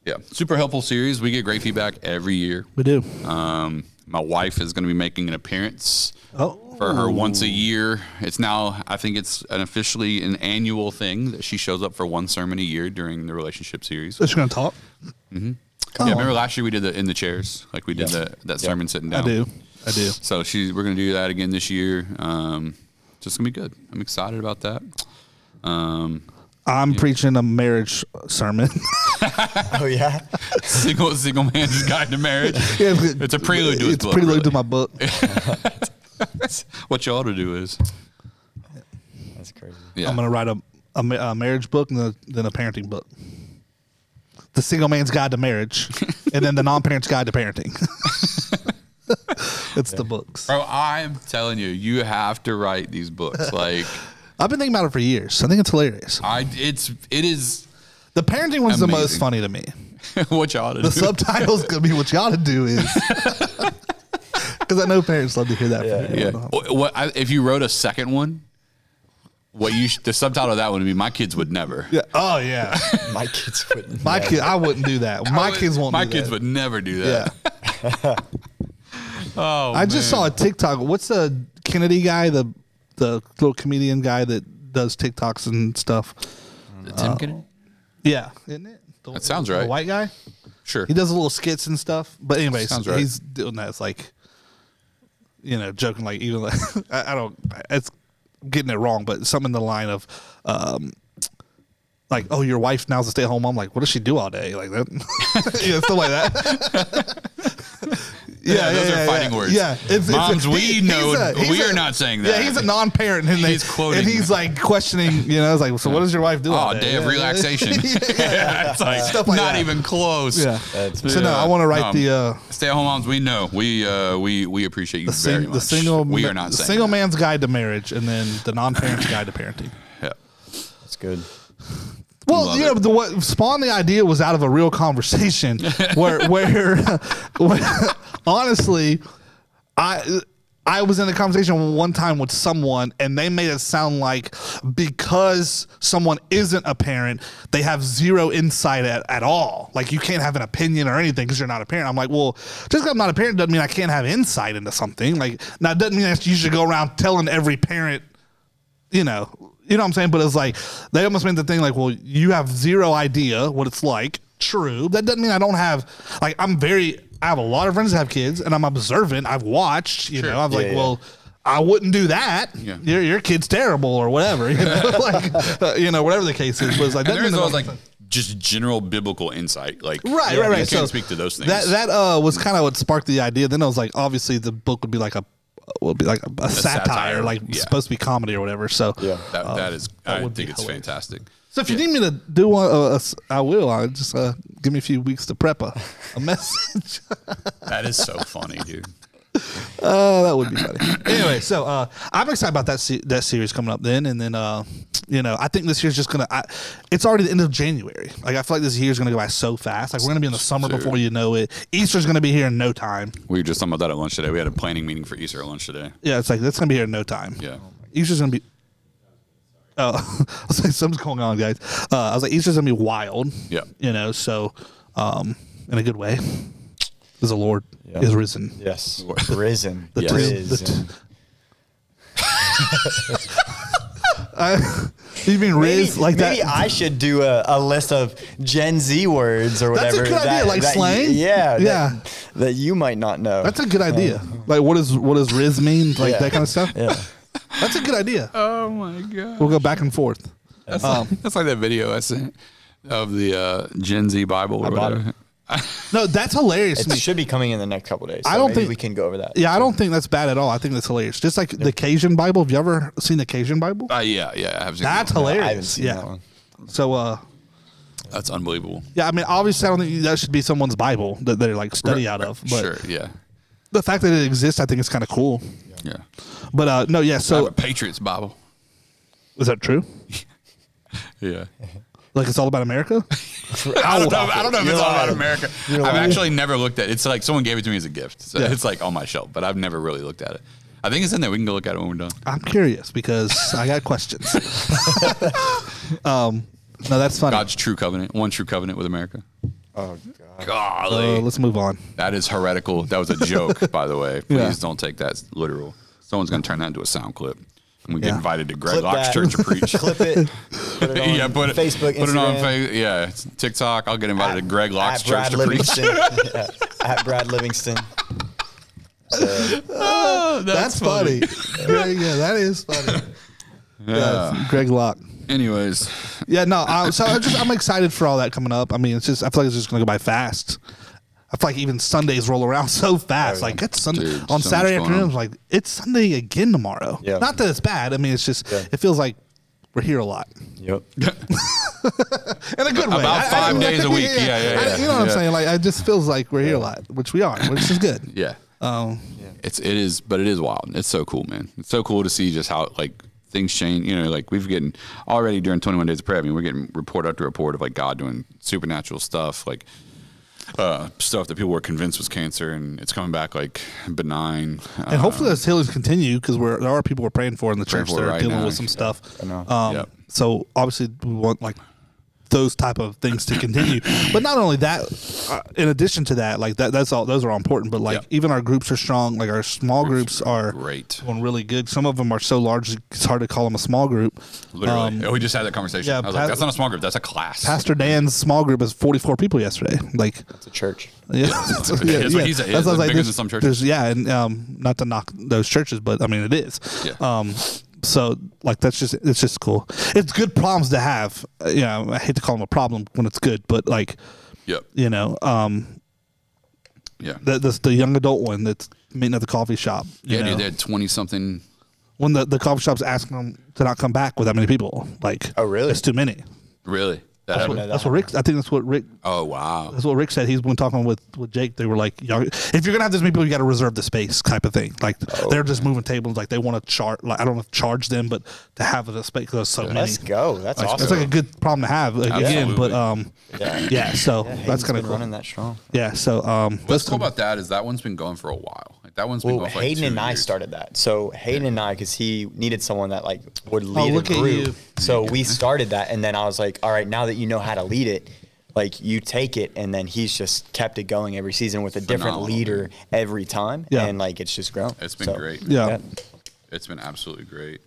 yeah, super helpful series. We get great feedback every year. We do. Um, my wife is going to be making an appearance Oh, for her once a year. It's now, I think it's an officially an annual thing that she shows up for one sermon a year during the relationship series. is she gonna talk? Oh. Yeah, remember last year we did the in the chairs, like we did Yeah. the, that sermon sitting down. I do. I do. So she, we're going to do that again this year. Um, just gonna be good. I'm excited about that. Um, I'm preaching a marriage sermon. Oh yeah. single single man's guide to marriage. It's a prelude to his It's book, prelude to really. my book. what you ought to do is, That's crazy. yeah. I'm gonna write a, a, ma- a marriage book and then a- then a parenting book. The single man's guide to marriage, and then the non-parent's guide to parenting. it's the books. Bro, I'm telling you, you have to write these books. Like I've been thinking about it for years. I think it's hilarious. I, it's it is The parenting one's the most Amazing. funny to me. what y'all to The do. subtitles could be what you ought to do is because I know parents love to hear that. Yeah, from you. yeah. What, what- I, if you wrote a second one? What you sh- the subtitle of that one would be? My kids would never. Yeah. Oh yeah. My kids wouldn't. My Yeah. kid, I wouldn't do that. My I would- kids won't. My do kids that. would never do Yeah. that. Oh, I just saw a TikTok. What's the Kennedy guy, the the little comedian guy that does TikToks and stuff? Tim Uh-huh. Kennedy. Yeah, isn't it? The, That sounds the right. white guy. Sure. He does little skits and stuff. But anyways, Sounds right. he's doing that. It's like, you know, joking like even like I, I don't. It's getting it wrong, but something in the line of. um like, oh, your wife now's a stay at home mom. Like, what does she do all day? Like that, yeah, stuff like that. Yeah, those are fighting words. Yeah, it's, Moms, we he's know- he's we are not saying that. Yeah, he's a non-parent, and they- He's quoting- and he's like questioning. You know, it's like, so what does your wife do? all oh, day of Yeah, yeah. relaxation. it's like, Stuff like not that. even close. Yeah. That's- so no, I want to write Um, the uh, Stay at home moms. We know. We uh, we we appreciate you the, very sing, much. the single We ma- are not the saying single that. man's guide to marriage, and then the non-parent's guide to parenting. Yeah. That's good. Well, Love you know, it. the, what spawned the idea was out of a real conversation where, where, where- honestly, I. I was in a conversation one time with someone, and they made it sound like because someone isn't a parent, they have zero insight at, at all. Like, you can't have an opinion or anything because you're not a parent. I'm like, well, just because I'm not a parent doesn't mean I can't have insight into something. Like, now, it doesn't mean that you should go around telling every parent you know, you know what I'm saying? But it's like they almost made the thing like, well, you have zero idea what it's like. True. That doesn't mean I don't have like I'm very I have a lot of friends that have kids and I'm observant. I've watched, you Sure. know, I'm like, yeah. well, I wouldn't do that. Yeah. Your your kid's terrible or whatever, you know, like uh, you know, whatever the case is. But it's like And that there's doesn't always mean- like just general biblical insight. Like Right, you right, right. can't so speak to those things. That that uh, was kind of what sparked the idea. Then I was like, obviously the book would be like a would be like a, satire, satire, like yeah. supposed to be comedy or whatever. So Yeah. that, that is I Oh, would be think it's hilarious. fantastic. So if you need me to do one, uh, uh, s- I will. I just uh, give me a few weeks to prep a, a message. That is so funny, dude. Oh, that would be funny. anyway, so uh, I'm excited about that se- that series coming up then, and then uh, you know I think this year's just gonna. I, it's already the end of January. Like I feel like this year's gonna go by so fast. Like we're gonna be in the summer Sure. before you know it. Easter's gonna be here in no time. We were just talking about that at lunch today. We had a planning meeting for Easter at lunch today. Yeah, it's like that's gonna be here in no time. Yeah. Easter's gonna be. Oh, I was like, something's going on, guys. Uh, I was like, Easter's gonna be wild. Yeah. You know, so um, in a good way, 'Cause the Lord Yeah. is risen. Yes. Risen. The, Yes. tomb, the, t- Risen. you mean Riz maybe, like maybe that? I should do a, a list of Gen Z words or That's a whatever. good idea, like slang? Yeah, that- Yeah. That, you might not know. That's a good idea. Uh-huh. Like what does what does Riz mean? Like Yeah. that kind of stuff. yeah. That's a good idea. Oh my god. We'll go back and forth. That's, Um, like, that's like that video I sent of the uh, Gen Z Bible or bought it. whatever. No, that's hilarious. It to me. should be coming in the next couple days. I so don't maybe think- we can go over that. Yeah, I don't think that's bad at all. I think that's hilarious. Just like the Cajun Bible. Have you ever seen the Cajun Bible? Uh, yeah, yeah, I have seen That's that one. hilarious. I haven't seen yeah. that one. So, uh, That's unbelievable. yeah, I mean, obviously, I don't think that should be someone's Bible that they like study out of. But sure, yeah, the fact that it exists, I think it's kind of cool. yeah. But uh, no, yeah. I have So a Patriots Bible. is that true? Yeah. Like it's all about America? I don't know. I don't know if You're it's all about lying. America. I've actually never looked at it. It's like someone gave it to me as a gift. So Yeah. It's like on my shelf, but I've never really looked at it. I think it's in there. We can go look at it when we're done. I'm curious because I got questions. um, no, that's funny. God's true covenant, one true covenant with America. Oh god. Uh, Golly, let's move on. that is heretical. That was a joke, by the way. Please Yeah. don't take that literal. Someone's going to turn that into a sound clip, and we get Yeah. invited to Greg Clip Locke's that. church to preach. Clip it. Put it on yeah, put it Facebook, put it on Instagram. Facebook. Yeah, it's TikTok. I'll get invited to Greg Locke's At church Brad to preach. Livingston. yeah, at Brad Livingston. That's, funny. Greg, yeah, that is funny. Yeah, Greg Locke. Anyways, Yeah, no. I, so I just I'm excited for all that coming up. I mean, it's just I feel like it's just gonna go by fast. I feel like even Sundays roll around so fast. Like it's Sunday Oh, Dude, so on much Saturday going afternoon. on. I'm Like it's Sunday again tomorrow. Yeah. Not that it's bad. I mean, it's just Yeah. it feels like we're here a lot Yep. in a good way. About five days a week. Yeah, yeah, I- yeah, you know what I'm yeah. saying? Like it just feels like we're here a lot, which we are, which is good. yeah, Um, it's it is, but it is wild. It's so cool, man. It's so cool to see just how like things change. You know, like we've getting already during 21 days of prayer. I mean, we're getting report after report of like God doing supernatural stuff, like uh, stuff that people were convinced was cancer, and it's coming back like benign. Uh, and hopefully those healings continue because we're there are people we're praying for in the church for that are right dealing now. with some stuff. know. Um, Yep. So obviously we want like those type of things to continue. but not only that, uh, in addition to that, like that that's all those are all important. But like Yep. even our groups are strong. Like our small groups are great. doing really good. Some of them are so large it's hard to call them a small group. Literally, we just had that conversation. yeah, I was Pas- like, that's not a small group. That's a class. Pastor Dan's small group is 44 people yesterday. Like, It's a church. yeah, what it is. What he said. That's what I was It's bigger there's- than some churches. there's- Yeah, and um, not to knock those churches, but I mean it is. Yeah. Um, so like that's just it's just cool. It's good problems to have. Uh, you know, I hate to call them a problem when it's good, but like Yep. you know, um, Yeah. the the, the young adult one that's meeting at the coffee shop. You Yeah, know, dude, they had 20 something. when the the coffee shop's asking them to not come back with that many people. Like, Oh, really? It's too many. Really? That That's happened? what, that that's what Rick. I think that's what Rick Oh, wow. That's what Rick said. He's been talking with, with Jake. They were like, "Y'all- if you're gonna have this many people, you got to reserve the space, type of thing. Like Oh, they're just moving tables. Like they want to charge. Like I don't know, if charge them, but to have the space because there's so many. Let's go. That's Like, It's awesome. like a good problem to have like, again. Absolutely. But um, Yeah. yeah, so Yeah, Hayden's that's kind of been cool. running that strong. Yeah, so um, What's cool about that is that one's been going for a while. Like that one's been Well, going for like Hayden two and I years. started that. So Hayden and I, because he needed someone that like would lead Oh, look a at group. you. So we started that, and then I was like, all right, now that you know how to lead it, like you take it, and then he's just kept it going every season with a different Phenomenal, leader every time, Yeah. and like it's just grown. It's been So, great. yeah. yeah. It's been absolutely great.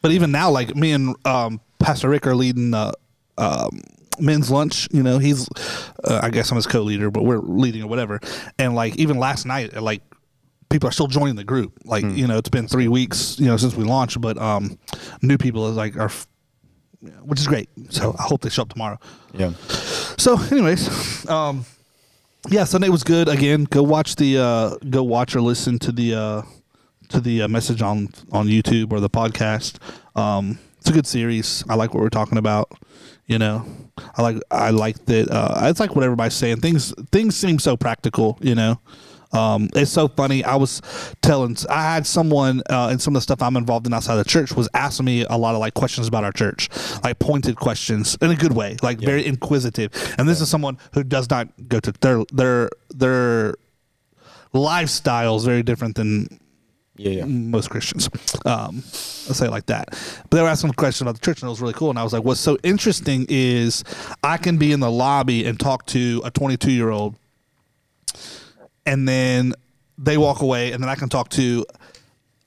But even now, like me and um, Pastor Rick are leading uh, um, men's lunch. You know, he's uh, I guess I'm his co-leader, but we're leading or whatever. And like even last night, uh, like people are still joining the group. Like you know, it's been three weeks you know since we launched, but um, new people is like are, f- which is great. So I hope they show up tomorrow. Yeah. So, anyways, um, yeah, Sunday was good. Again, go watch the uh, go watch or listen to the uh, to the uh, message on on YouTube or the podcast. Um, it's a good series. I like what we're talking about. You know, I like I like that. Uh, it's like what everybody's saying. Things things seem so practical. You know. Um, it's so funny. I was telling, I had someone, uh, and some of the stuff I'm involved in outside the church was asking me a lot of like questions about our church, like pointed questions in a good way, like very inquisitive. And this is someone who does not go to their their their lifestyle is very different than Yeah. yeah. most Christians. Um, I'll say it like that. But they were asking questions about the church, and it was really cool. And I was like, "What's so interesting is I can be in the lobby and talk to a 22 year old, and then they walk away, and then I can talk to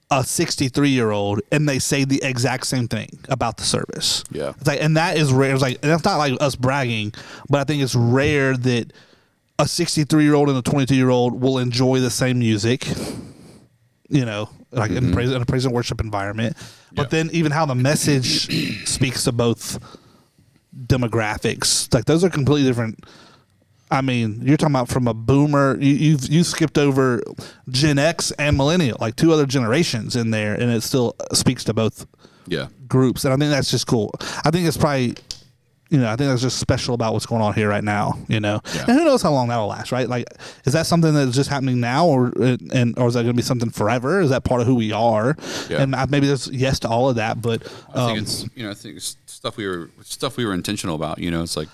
a 63 year old and they say the exact same thing about the service. Yeah. It's like, and that is rare. It's like, and that's not like us bragging, but I think it's rare that a 63 year old and a 22 year old will enjoy the same music, you know, like in, praise, in a praise and worship environment. But Mm-hmm. Yeah. then even how the message speaks to both demographics, like those are completely different. I mean, you're talking about from a boomer. You you've, you skipped over Gen X and millennial, like two other generations in there, and it still speaks to both Yeah. groups. And I think that's just cool. I think it's probably, you know, I think that's just special about what's going on here right now. You know, Yeah. and who knows how long that'll last, right? Like, is that something that's just happening now, or and or is that going to be something forever? Is that part of who we are? Yeah. And I, maybe there's yes to all of that, but I um, think it's you know I think it's stuff we were stuff we were intentional about. You know, it's like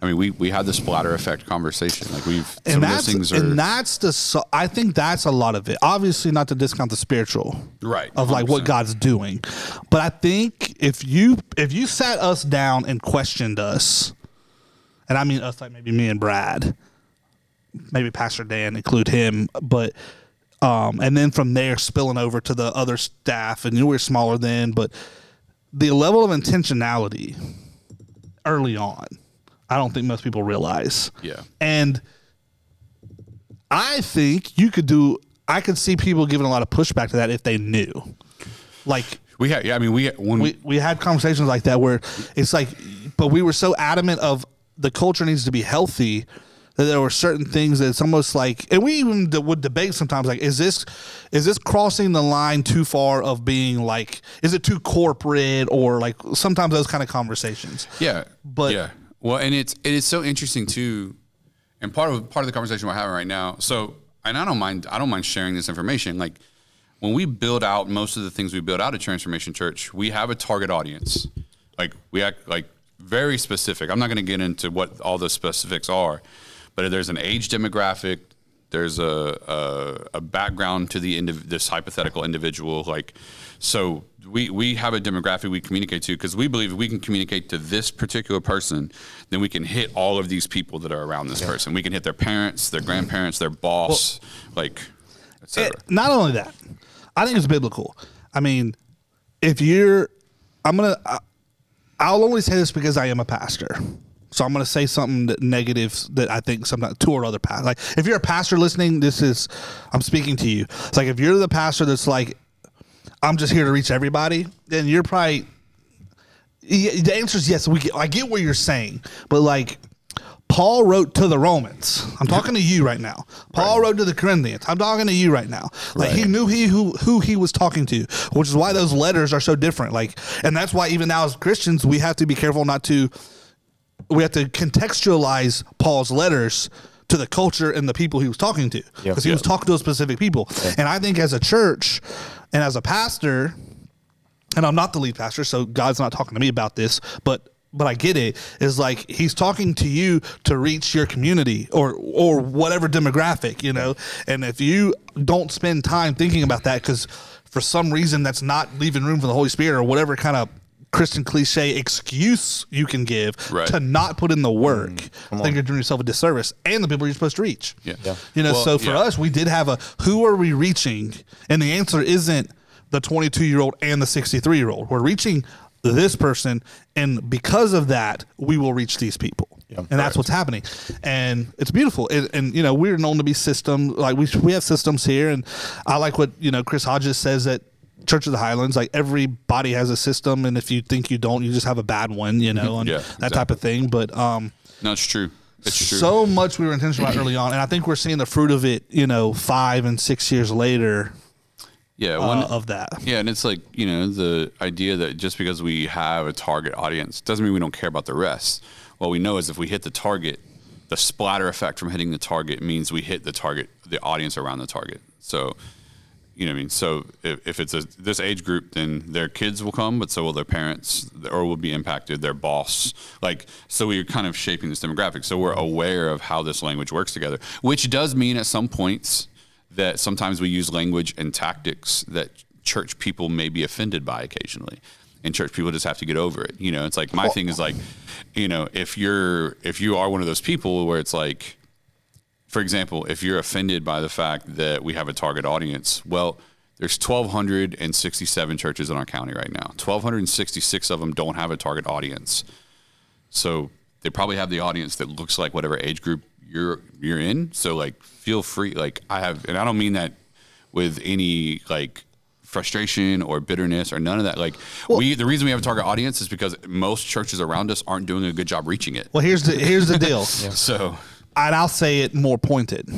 I mean we we had the splatter effect conversation. Like we've some and of those that's things and are that's the so- I think that's a lot of it. Obviously, not to discount the spiritual, Right, Of like what 100%. God's doing, but I think if you if you sat us down and questioned us, and I mean us like maybe me and Brad, maybe Pastor Dan include him, but um, and then from there spilling over to the other staff, and you were smaller then, but the level of intentionality early on, I don't think most people realize. Yeah. and. I think you could do. I could see people giving a lot of pushback to that if they knew. Like we had. Yeah, I mean we when we we had conversations like that where it's like, but we were so adamant of the culture needs to be healthy that there were certain things that it's almost like, and we even d- would debate sometimes like, is this is this crossing the line too far of being like, is it too corporate or like sometimes those kind of conversations. Yeah. But- yeah. Well, and it's it is so interesting too, and part of part of the conversation we're having right now. So, and I don't mind I don't mind sharing this information. Like when we build out most of the things we build out at Transformation Church, we have a target audience. Like we act like very specific. I'm not going to get into what all the specifics are, but there's an age demographic. There's a, a, a background to the indiv- this hypothetical individual, like so we we have a demographic we communicate to because we believe if we can communicate to this particular person, then we can hit all of these people that are around this person. We can hit their parents, their grandparents, their boss, like etc. It- not only that, I think it's biblical. I mean, if you're, I'm gonna, I, I'll only say this because I am a pastor. So I'm gonna say something that negative that I think sometimes toward other pastors. Like if you're a pastor listening, this is, I'm speaking to you. It's like if you're the pastor that's like, I'm just here to reach everybody, then you're probably. y- The answer is yes. We get, I get what you're saying, but like Paul wrote to the Romans. I'm talking to you right now. Paul wrote to the Corinthians. I'm talking to you right now. Like he knew he who who he was talking to, which is why those letters are so different. Like, and that's why even now as Christians we have to be careful not to we have to contextualize Paul's letters to the culture and the people he was talking to because he Yeah. was talking to a specific people. And I think as a church and as a pastor, and I'm not the lead pastor, so God's not talking to me about this, but but I get it. Is like he's talking to you to reach your community or or whatever demographic, you know. And if you don't spend time thinking about that cuz for some reason that's not leaving room for the Holy Spirit or whatever kind of Christian cliche excuse you can give Right. to not put in Mm, the work, I think you're doing yourself a disservice and the people you're supposed to reach. Yeah. Yeah. You know, Well, so for yeah. us, we did have a who are we reaching? And the answer isn't the 22 year old and the 63 year old. We're reaching this person. And because of that, we will reach these people. and that's what's happening. And it's beautiful. And, and, you know, we're known to be system. Like we, we have systems here. And I like what, you know, Chris Hodges says that Church of the Highlands, like everybody has a system. And if you think you don't, you just have a bad one, you know, and Yeah, that type of thing. But, um, no, it's true. It's true. so much we were intentional about early on, and I think we're seeing the fruit of it. You know, five and six years later yeah. uh, One, of that. Yeah, and it's like you know the idea that just because we have a target audience doesn't mean we don't care about the rest. What we know is if we hit the target, the splatter effect from hitting the target means we hit the target, the audience around the target. So, you know, what I mean, so if, if it's a, this age group, then their kids will come, but so will their parents, or will be impacted. Their boss, like, so we're kind of shaping this demographic. So we're aware of how this language works together, which does mean at some points that sometimes we use language and tactics that church people may be offended by occasionally and church people just have to get over it you know it's like my thing is like you know if you're if you are one of those people where it's like for example if you're offended by the fact that we have a target audience well There's 1,267 churches in our county right now. 1,266 of them don't have a target audience. So they probably have the audience that looks like whatever age group you're you're in. So like feel free like I have and I don't mean that with any like frustration or bitterness or none of that. Like we the reason we have a target audience is because most churches around us aren't doing a good job reaching it. Well, here's the here's the deal, So and I'll say it more pointed.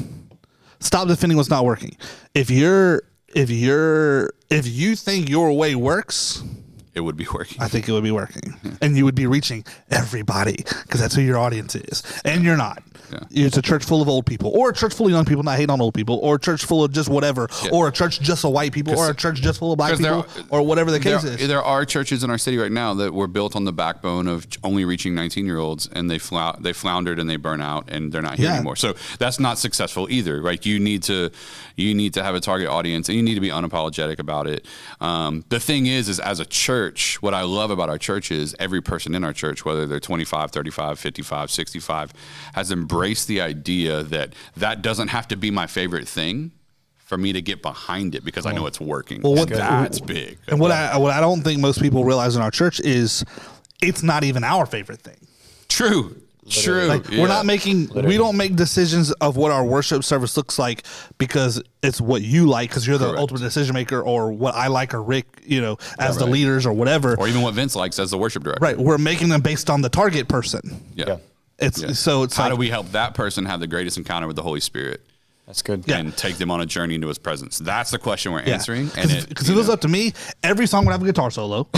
Stop defending what's not working. If you're if you're if you think your way works, it would be working. I think it would be working, and you would be reaching everybody because that's who your audience is, and you're not. It's a church full of old people, or a church full of young people, not hating on old people, or a church full of just whatever, or a church just of white people, or a church just full of black 'Cause there people, are- or whatever the There, case is. there are churches in our city right now that were built on the backbone of ch- only reaching 19 year olds and they flou- they floundered and they burn out and they're not here Yeah. anymore. So that's not successful either. Right? You need to you need to have a target audience and you need to be unapologetic about it. Um, the thing is, is as a church, what I love about our church is every person in our church, whether they're 25, 35, 55, 65, has embraced the idea that that doesn't have to be my favorite thing. For me to get behind it because I know it's working. Well, what- And that's big. And what I what I don't think most people realize in our church is it's not even our favorite thing. True. True. Like Yeah. we're not making we don't make decisions of what our worship service looks like because it's what you like because you're the Correct. ultimate decision maker or what I like or Rick, you know, as the leaders or whatever. or even what Vince likes as the worship director. right, we're making them based on the target person. Yeah. Yeah. It's Yeah. so it's How like do we help that person have the greatest encounter with the Holy Spirit That's good. Yeah. and take them on a journey into His presence? That's the question we're yeah. answering. Because and if, 'cause if it was up to me, every song would have a guitar solo.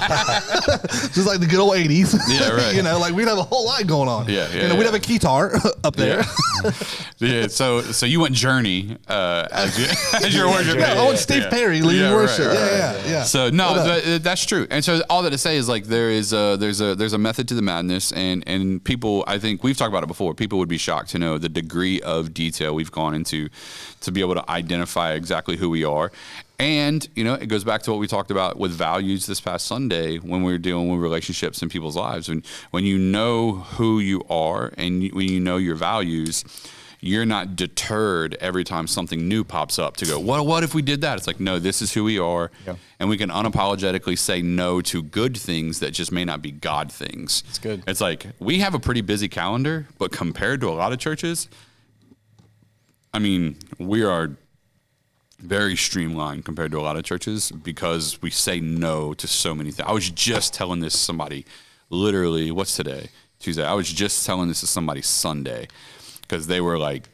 Just like the good old 80s. Yeah, right. you know, like we'd have a whole lot going on. Yeah, You yeah, know, we'd yeah. have a guitar up there. yeah. yeah. So so you went journey uh, as, you, as your worship. Yeah, leader. oh, and Steve Perry leading Yeah, right, worship. right, yeah, right. yeah, yeah. So no, th- th- that's true. And so all that to say is like there is a there's a there's a method to the madness, and and people I think we've talked about it before. People would be shocked to know the degree of detail we've gone into to be able to identify exactly who we are. And you know, it goes back to what we talked about with values this past Sunday when we were dealing with relationships in people's lives. When when you know who you are and you, when you know your values, you're not deterred every time something new pops up to go, what, what if we did that? It's like, no, this is who we are. Yeah. And we can unapologetically say no to good things that just may not be God things. It's good. It's like, we have a pretty busy calendar, but compared to a lot of churches, I mean, we are very streamlined compared to a lot of churches because we say no to so many things. I was just telling this to somebody, literally, what's today? Tuesday. I was just telling this to somebody Sunday because they were like,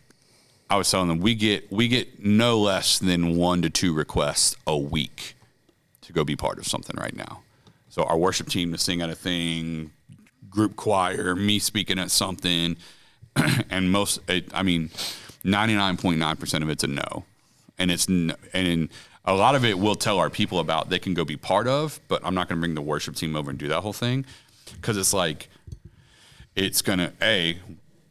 I was telling them we get we get no less than one to two requests a week to go be part of something right now. So our worship team to sing at a thing, group choir, me speaking at something, and most it, I mean, ninety nine point nine percent of it's a no, and it's n and in, a lot of it we'll tell our people about they can go be part of, but I'm not going to bring the worship team over and do that whole thing because it's like it's gonna a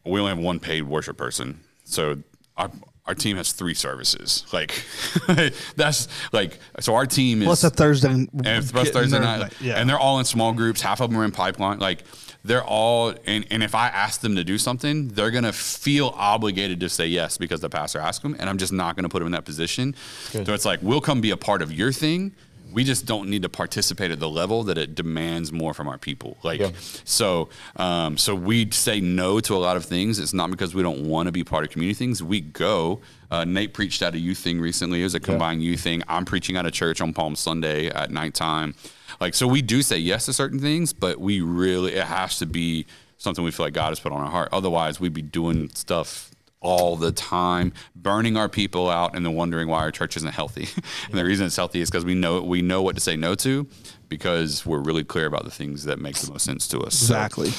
we only have one paid worship person so our, our team has three services like that's like so our team is Plus a Thursday and it's plus Thursday night, Yeah. and they're all in small groups. Half of them are in pipeline. Like they're all, and, and if I ask them to do something, they're gonna feel obligated to say yes because the pastor asked them, and I'm just not gonna put them in that position. So it's like we'll come be a part of your thing. We just don't need to participate at the level that it demands more from our people. Like Yeah. so, um, so we say no to a lot of things. It's not because we don't want to be part of community things. We go. Uh, Nate preached at a youth thing recently. It was a combined youth thing. I'm preaching at a church on Palm Sunday at nighttime. Like, so we do say yes to certain things, but we really it has to be something we feel like God has put on our heart. Otherwise, we'd be doing stuff all the time, burning our people out, and then wondering why our church isn't healthy. and the reason it's healthy is because we know we know what to say no to, because we're really clear about the things that make the most sense to us. So, Exactly.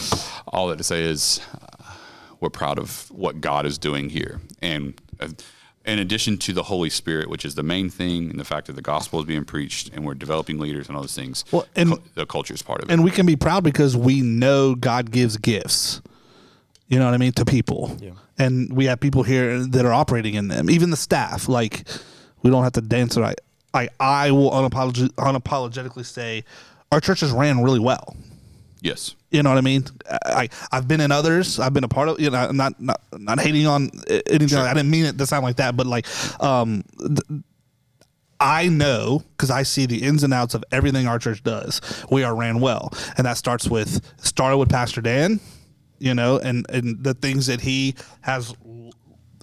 all that to say is, uh, we're proud of what God is doing here, and. Uh, in addition to the Holy Spirit, which is the main thing, and the fact that the gospel is being preached, and we're developing leaders and all those things, Well, and- cul- the culture is part of it. and we can be proud because we know God gives gifts. You know what I mean to people, and we have people here that are operating in them. Even the staff, like we don't have to dance right. I I will unapolog- unapologetically say our churches ran really well. yes, You know what I mean? I I've been in others. I've been a part of. You know, I'm not not not hating on anything. I didn't mean it to sound like that, but like, um, th- I know because I see the ins and outs of everything our church does. We are ran well, and that starts with started with Pastor Dan, you know, and and the things that he has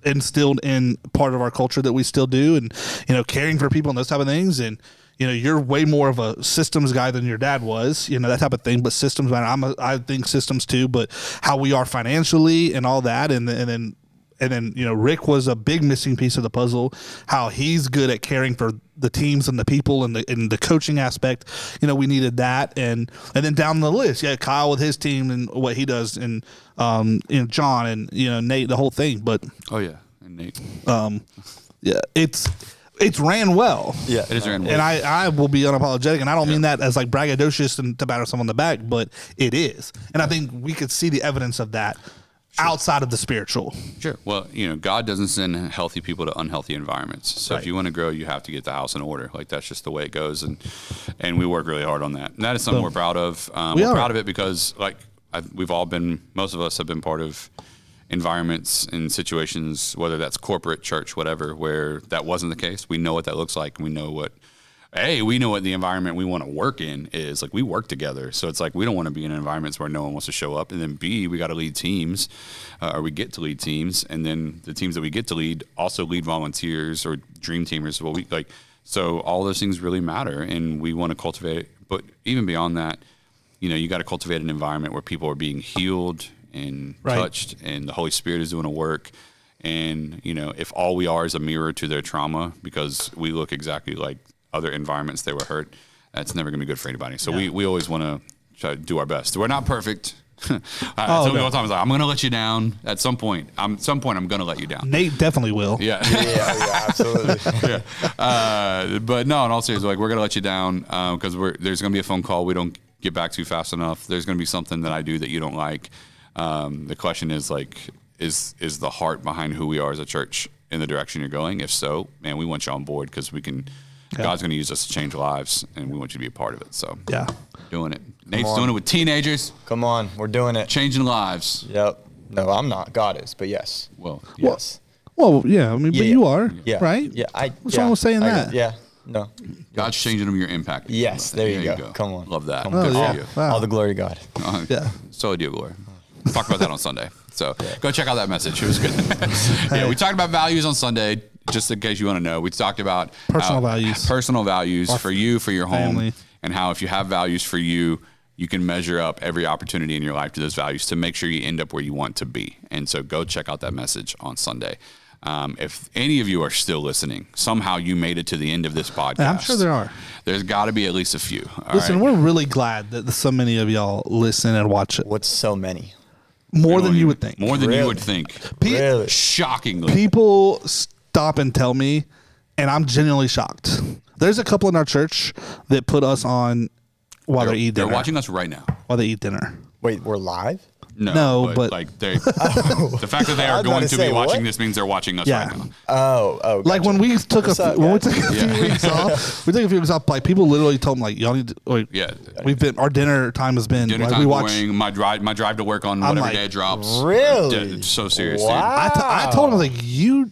instilled in part of our culture that we still do, and you know, caring for people and those type of things, and. You know, you're way more of a systems guy than your dad was. You know that type of thing. But systems, man, I'm a, I think systems too. But how we are financially and all that, and and then and then you know Rick was a big missing piece of the puzzle. How he's good at caring for the teams and the people and the and the coaching aspect. You know we needed that, and and then down the list, yeah, Kyle with his team and what he does, and um, and John and you know Nate, the whole thing. But Oh yeah, and Nate. um, yeah, it's it's ran well. Yeah. It is ran well. And I, I will be unapologetic, and I don't mean that as like braggadocious and to batter someone on the back, but it is. And I think we could see the evidence of that outside of the spiritual. Sure. Well, you know, God doesn't send healthy people to unhealthy environments. So Right. if you want to grow, you have to get the house in order. Like that's just the way it goes, and and we work really hard on that. And that is something we're proud of. Um, We we are are. proud of it because like i we've all been, most of us have been part of environments and situations, whether that's corporate, church, whatever, where that wasn't the case. We know what that looks like, and we know what. Hey, we know what the environment we want to work in is. Like we work together, so it's like we don't want to be in environments where no one wants to show up. And then B, we got to lead teams, uh, or we get to lead teams, and then the teams that we get to lead also lead volunteers or dream teamers. Well, we like so all those things really matter, and we want to cultivate. it. But even beyond that, you know, you got to cultivate an environment where people are being healed and Right. touched, and the Holy Spirit is doing a work. And you know, if all we are is a mirror to their trauma, because we look exactly like other environments they were hurt, that's never going to be good for anybody. So we, we always want to try to do our best. We're not perfect. I I no. tell people all the time, it's like, I'm going to let you down at some point. I'm some point I'm going to let you down. Nate definitely will. Yeah. Yeah, yeah, absolutely. Uh, but no, in all seriousness, like we're gonna let you down because we're there's gonna be a phone call we don't get back to fast enough. There's gonna be something that I do that you don't like. Um, the question is like, is is the heart behind who we are as a church in the direction you're going? If so, man, we want you on board because we can. God's gonna use us to change lives, and we want you to be a part of it. So Yeah. doing it. Nate's on. doing it with teenagers, Come on, we're doing it. changing lives. Yep. No, I'm not. God is, but yes. Well, yeah. Yes. Well, yeah, I mean, but Yeah, you yeah. are, Yeah. right? Yeah. I, What's yeah, wrong with saying I- that? Yeah. No. God's changing them. Your impact. Yes, there you go. Come on. Love that. Come Oh, Good for yeah. you. Wow. All the glory to God. Uh, Yeah. So do glory. Talk about that on Sunday. So go check out that message. It was good. yeah, we talked about values on Sunday. Just in case you want to know, we talked about Personal how- values. personal values for you, for your home, family. and how if you have values for you, you can measure up every opportunity in your life to those values to make sure you end up where you want to be. And so go check out that message on Sunday. Um, if any of you are still listening, somehow you made it to the end of this podcast. I'm sure there are. There's got to be at least a few. all Listen, right? we're really glad that so many of y'all listen and watch it What's so many? more than you would think. More than you Really? would think. Pe- Really? Shockingly. People stop and tell me, and I'm genuinely shocked. There's a couple in our church that put us on while they They're, eat they're dinner. watching us right now. while they eat dinner. Wait, we're live? No, No, but- Oh. like they, the fact that they I are was about going to to, be say, watching what? this means they're watching us Yeah. right now. Oh, oh. Like when we took What's a up, few, when we guys? took a few weeks off, we took a few weeks off. Like people literally told them, like y'all need to. Like, Yeah. we've been our dinner time has been Dinner like time we watch. boring. My drive, my drive to work on I'm whatever like, day it drops. Really? D- so serious. dude. Wow. I, t- I told him I was like you,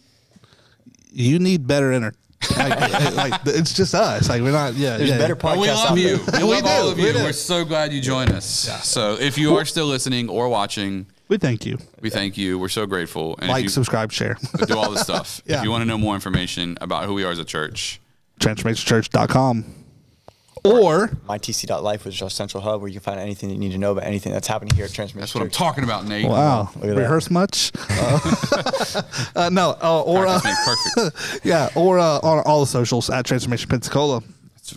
you need better entertainment. Like, like it's just us. Like we're not. Yeah, There's yeah, better yeah. But podcasts we out love you. there. We love all of We you. do. We're so glad you joined us. So if you are still listening or watching, We thank you. we thank you. We're so grateful. And if Like, you subscribe, share. do all this stuff. Yeah. If you want to know more information about who we are as a church, transformationchurch.com or MyTC.life was our central hub where you can find anything that you need to know about anything that's happening here at Transmission. that's what I'm talking about, Nate. wow Look at that. rehearse much uh, no uh, or uh, Practice makes perfect. yeah or uh, on all the socials at transformation pensacola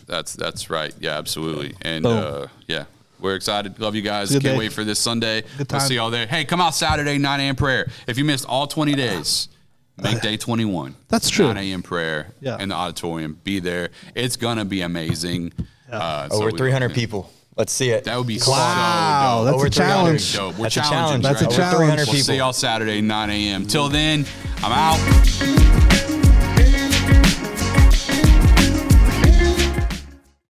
That's that's right. Yeah, absolutely. And Boom. uh, yeah, we're excited. Love you guys. Good Can't day. wait for this Sunday. We'll time. see y'all there. Hey, come out Saturday 9 a.m. prayer. If you missed all 20 days, make day 21. That's true. 9 a.m. prayer Yeah. in the auditorium. Be there. It's gonna be amazing. Uh, so Over we- 300 people. Let's see it. That would be Wow, so dope. that's Over a 300. challenge. Dope. We're That's challenging, a challenge. That's a Over challenge. 300 We'll see people. y'all Saturday 9 a.m. Till then, I'm out.